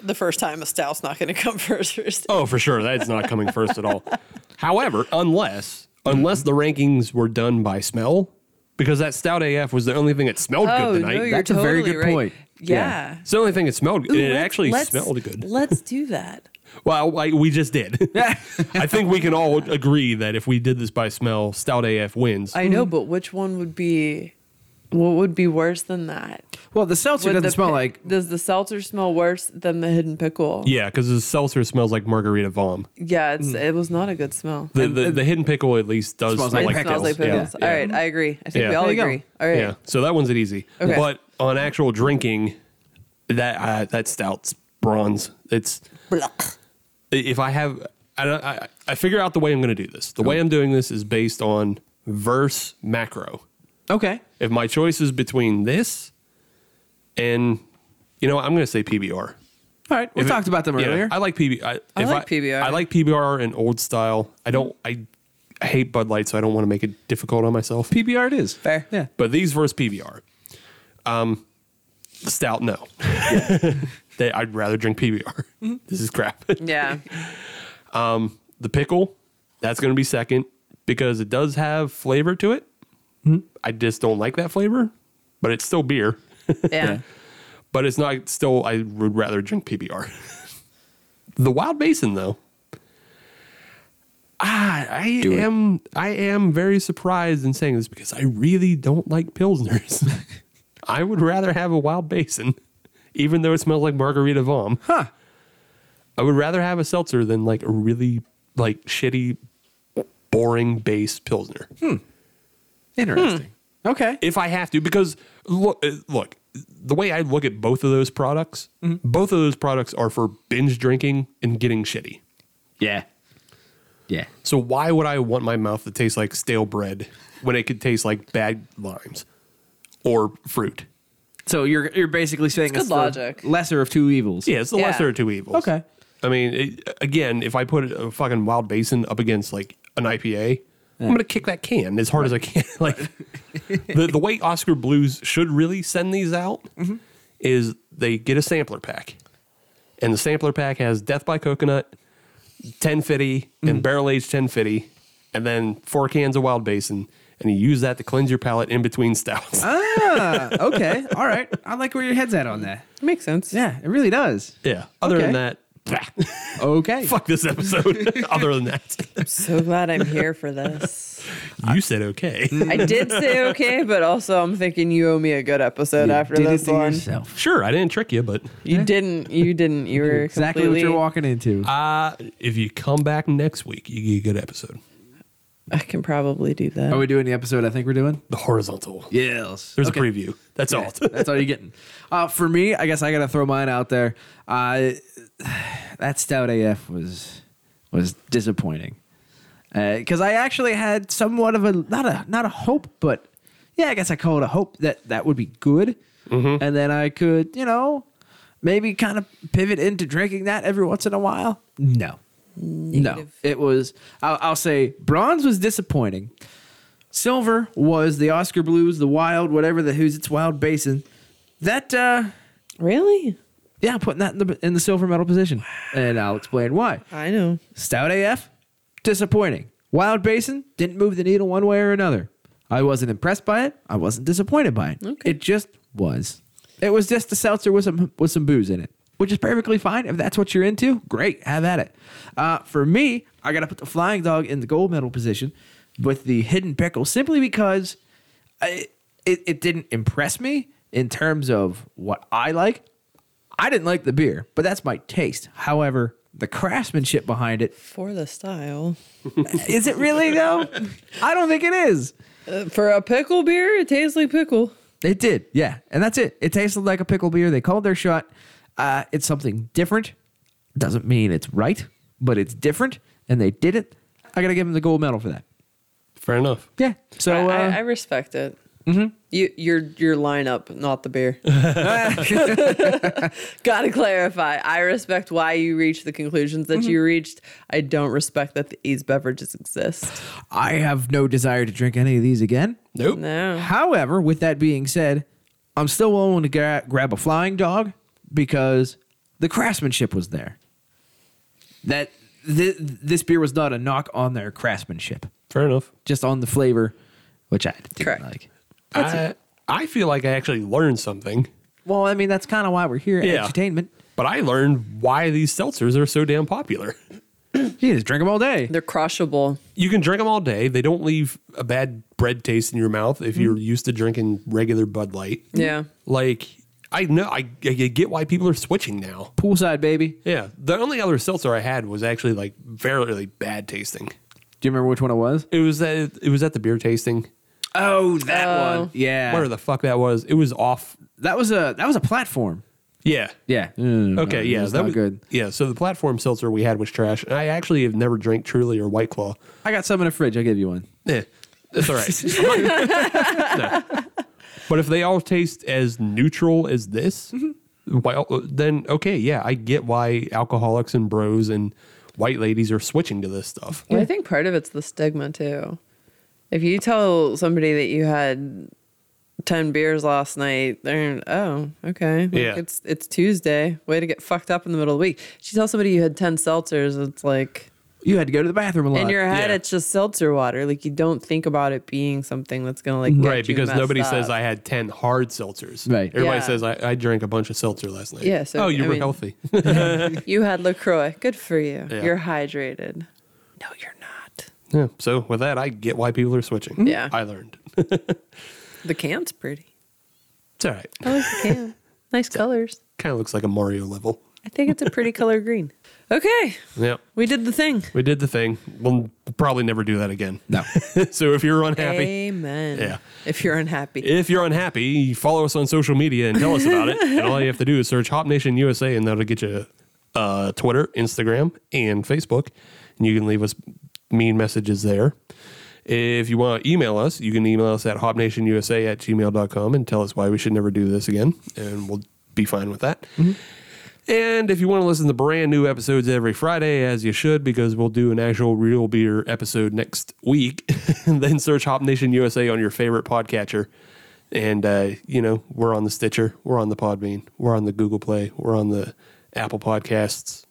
the first time a stout's not going to come <laughs> first. Oh, for sure. That's not coming first at all. <laughs> However, unless unless the rankings were done by smell, because that stout AF was the only thing that smelled Oh, good no, tonight. you're That's a very totally good right. point. Yeah. It's the only thing that smelled good. Ooh, It let's- actually let's- smelled <laughs> good. Let's do that. Well, I, we just <laughs> did. I think we can all agree that if we did this by smell, stout AF wins. I know, but which one would be? What would be worse than that? Well, the seltzer Would doesn't the smell pi- like Does the seltzer smell worse than the hidden pickle? Yeah, because the seltzer smells like margarita vom. Yeah, it's, it was not a good smell. mm. The, the, the hidden pickle at least does Smells smell like like, pickles. Smells like Yeah, pickles. yeah. All right, I agree. I think we all agree. All right. Yeah. So that one's an easy. Okay. But on actual drinking, that uh, that stout's bronze. It's if I have, I, don't- I I figure out the way I'm going to do this. The way I'm doing this is based on verse macro. Okay. If my choice is between this and, you know, what, I'm going to say PBR. All right, we If it- talked about them yeah, earlier. I like PBR. I, I if like PBR. I like PBR and old style. I don't. I hate Bud Light, so I don't want to make it difficult on myself. PBR it is fair. Yeah. But these versus PBR. Um, stout, no. <laughs> they, I'd rather drink PBR. This is crap. <laughs> Yeah. Um, the pickle, that's going to be second because it does have flavor to it. I just don't like that flavor, but it's still beer. Yeah. But it's not still, I would rather drink PBR. <laughs> the Wild Basin, though. Ah, I Do it. am I am very surprised in saying this because I really don't like pilsners. <laughs> I would rather have a wild basin, even though it smells like margarita vom. Huh. I would rather have a seltzer than like a really like shitty, boring base pilsner. Hmm. Interesting. Okay. If I have to, because look, uh, look, the way I look at both of those products, both of those products are for binge drinking and getting shitty. Yeah. Yeah. So why would I want my mouth to taste like stale bread when it could taste like bad limes or fruit? So you're you're basically saying It's it's, good the logic. lesser of two evils. Yeah, it's the Yeah. lesser of two evils. Okay. I mean, it, again, if I put a fucking wild basin up against like an IPA, I'm gonna kick that can as hard as I can. <laughs> like the the way Oscar Blues should really send these out Mm-hmm. is they get a sampler pack, and Mm-hmm. the sampler pack has Death by Coconut, 1050, and Barrel Aged 1050, and then four cans of Wild Basin, and you use that to cleanse your palate in between stouts. Ah, okay. All right. I like where your head's at on that. Makes sense. Yeah, it really does. <laughs> yeah. Other Okay. than that, <laughs> Okay. fuck this episode. <laughs> Other than that, So glad I'm here for this. you said okay. I did say okay, but also I'm thinking you owe me a good episode after Did it this to one. <laughs> yourself. Sure, I didn't trick you, but You didn't. You didn't. You were Exactly what you're completely- walking into. uh, if you come back next week, you get a good episode. I can probably do that. Are we doing the episode I think we're doing? The horizontal. Yes. There's Okay. a preview. That's all. <laughs> That's all you're getting. Uh, for me, I guess I gotta throw mine out there. Uh, <sighs> that stout AF was was disappointing because Uh, I actually had somewhat of a not a not a hope, but yeah, I guess I call it a hope that that would be good, and then I could you know maybe kind of pivot into drinking that every once in a while. No, no, it was. I'll, I'll say bronze was disappointing. Silver was the Oscar Blues, the Wild, whatever the Who's It's Wild Basin. That uh really? yeah, I'm putting that in the in the silver medal position, and I'll explain why. I know. Stout AF, disappointing. Wild Basin didn't move the needle one way or another. I wasn't impressed by it. I wasn't disappointed by it. Okay. It just was. It was just a seltzer with some with some booze in it, which is perfectly fine if that's what you're into. Great, have at it. Uh, for me, I gotta put the Flying Dog in the gold medal position with the hidden pickle, simply because I, it it didn't impress me in terms of what I like. I didn't like the beer, but that's my taste. However, the craftsmanship behind it For the style. is it really though? I don't think it is. For a pickle beer, it tastes like pickle. It did, yeah, and that's it. It tasted like a pickle beer. They called their shot. Uh, it's something different. Doesn't mean it's right, but it's different, and they did it. I gotta give them the gold medal for that. Fair enough. Yeah. So I, uh, I, I respect it. You, your your lineup, not the beer. uh, Gotta clarify. I respect why you reached the conclusions that you reached. I don't respect that these beverages exist. <laughs> I have no desire to drink any of these again. Nope. No. However, with that being said, I'm still willing to gra- grab a flying dog because the craftsmanship was there. That th- this beer was not a knock on their craftsmanship. Fair enough. just on the flavor, which I didn't Correct. like. I, I feel like I actually learned something, Well, I mean, that's kind of why we're here at Yeah. entertainment. but I learned why these seltzers are so damn popular. You just drink them all day. They're crushable. You can drink them all day. They don't leave a bad bread taste in your mouth if you're used to drinking regular Bud Light. Yeah. Like I know I, I get why people are switching now. Poolside, baby. Yeah. The only other seltzer I had was actually like very really bad tasting. Do you remember which one it was? It was at it was at the beer tasting. Oh, that Oh. one. Yeah, Whatever the fuck that was. It was off. that was a that was a platform. Mm, Yeah. Yeah. Okay, yeah, that was good. Yeah, so the platform seltzer we had was trash. And I actually have never drank Truly or White Claw. I got some in the fridge. I'll give you one. Eh, that's all <laughs> right. <laughs> No. But if they all taste as neutral as this, well, then okay, yeah, I get why alcoholics and bros and white ladies are switching to this stuff. Well, I think part of it's the stigma too. If you tell somebody that you had ten beers last night, they're oh okay, Like, Yeah. It's it's Tuesday. Way to get fucked up in the middle of the week. If you tell somebody you had ten seltzers, it's like You had to go to the bathroom a lot. in your head, yeah. it's just seltzer water. Like you don't think about it being something that's gonna like get right, you because messed nobody up. says I had 10 hard seltzers. Right. Everybody Yeah. says I, I drank a bunch of seltzer last night. Yeah, so, oh, you I were mean- healthy. <laughs> you had Lacroix. Good for you. Yeah. You're hydrated. No, you're not. yeah. So with that, I get why people are switching. Yeah. I learned. The can's pretty. It's all right. I like the can. <laughs> nice colors. Kind of looks like a Mario level. I think it's a pretty color green. Okay, Yeah. we did the thing. We did the thing. We'll probably never do that again. no. <laughs> so if you're unhappy, Amen. Yeah. If you're unhappy. if you're unhappy, follow us on social media and tell us about it. And all you have to do is search Hop Nation USA, and that'll get you uh, Twitter, Instagram, and Facebook. And you can leave us mean messages there. If you want to email us, you can email us at hopnationusa at gmail.com and tell us why we should never do this again. And we'll be fine with that. And if you want to listen to brand new episodes every Friday, as you should, because we'll do an actual real beer episode next week, <laughs> then search Hop Nation USA on your favorite podcatcher. And, uh, you know, we're on the Stitcher, we're on the Podbean, we're on the Google Play, we're on the Apple Podcasts.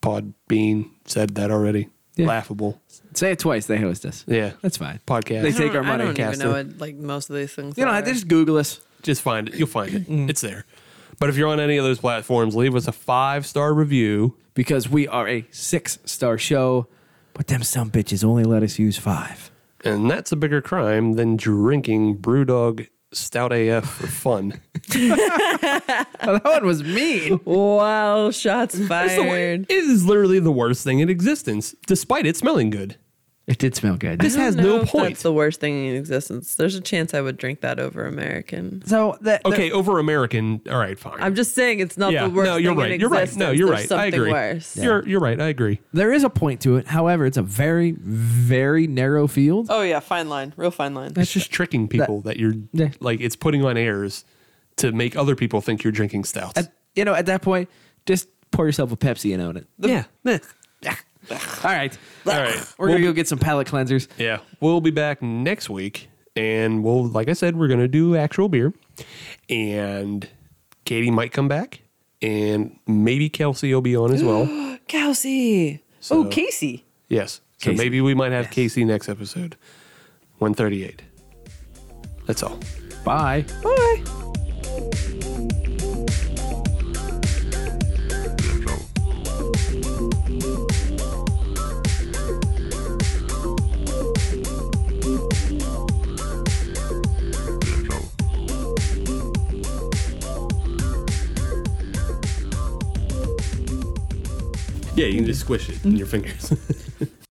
Podbean said that already. Laughable. Say it twice. They host us. Yeah. That's fine. Podcast. They take our I money. don't even Cast know it. what like most of these things. You know, are. just Google us. Just find it. You'll find it. Mm. It's there. But if you're on any of those platforms, leave us a five star review. Because we are a six star show, but them some bitches only let us use five. <laughs> And that's a bigger crime than drinking Brewdog Stout AF for <laughs> fun. that one was mean. wow, shots It's the wor- fired. it is literally the worst thing in existence, despite it smelling good. It did smell good. This I don't has no know if point. That's the worst thing in existence. There's a chance I would drink that over American. So that Okay, over American. All right, fine. I'm just saying it's not the worst no, you're thing right. in You're right. existence. No, you're There's right. I Something agree. worse. You're you're right. I agree. there is a point to it. However, it's a very, very narrow field. Oh yeah, fine line, real fine line. It's just tricking people that, you're Yeah. like it's putting on airs to make other people think you're drinking stouts. At- you know, at that point, just pour yourself a Pepsi and own it. yeah. All <laughs> All right. right. We're going to go get some palate cleansers. Yeah. We'll be back next week and we'll like I said, we're gonna do actual beer. And Katie might come back and maybe Kelsey will be on as <gasps> well. Kelsey. So- oh, Casey. yes. So Casey. maybe we might have Casey next episode. One thirty eight. That's all. Bye. Bye. Yeah, you can just squish it in your fingers.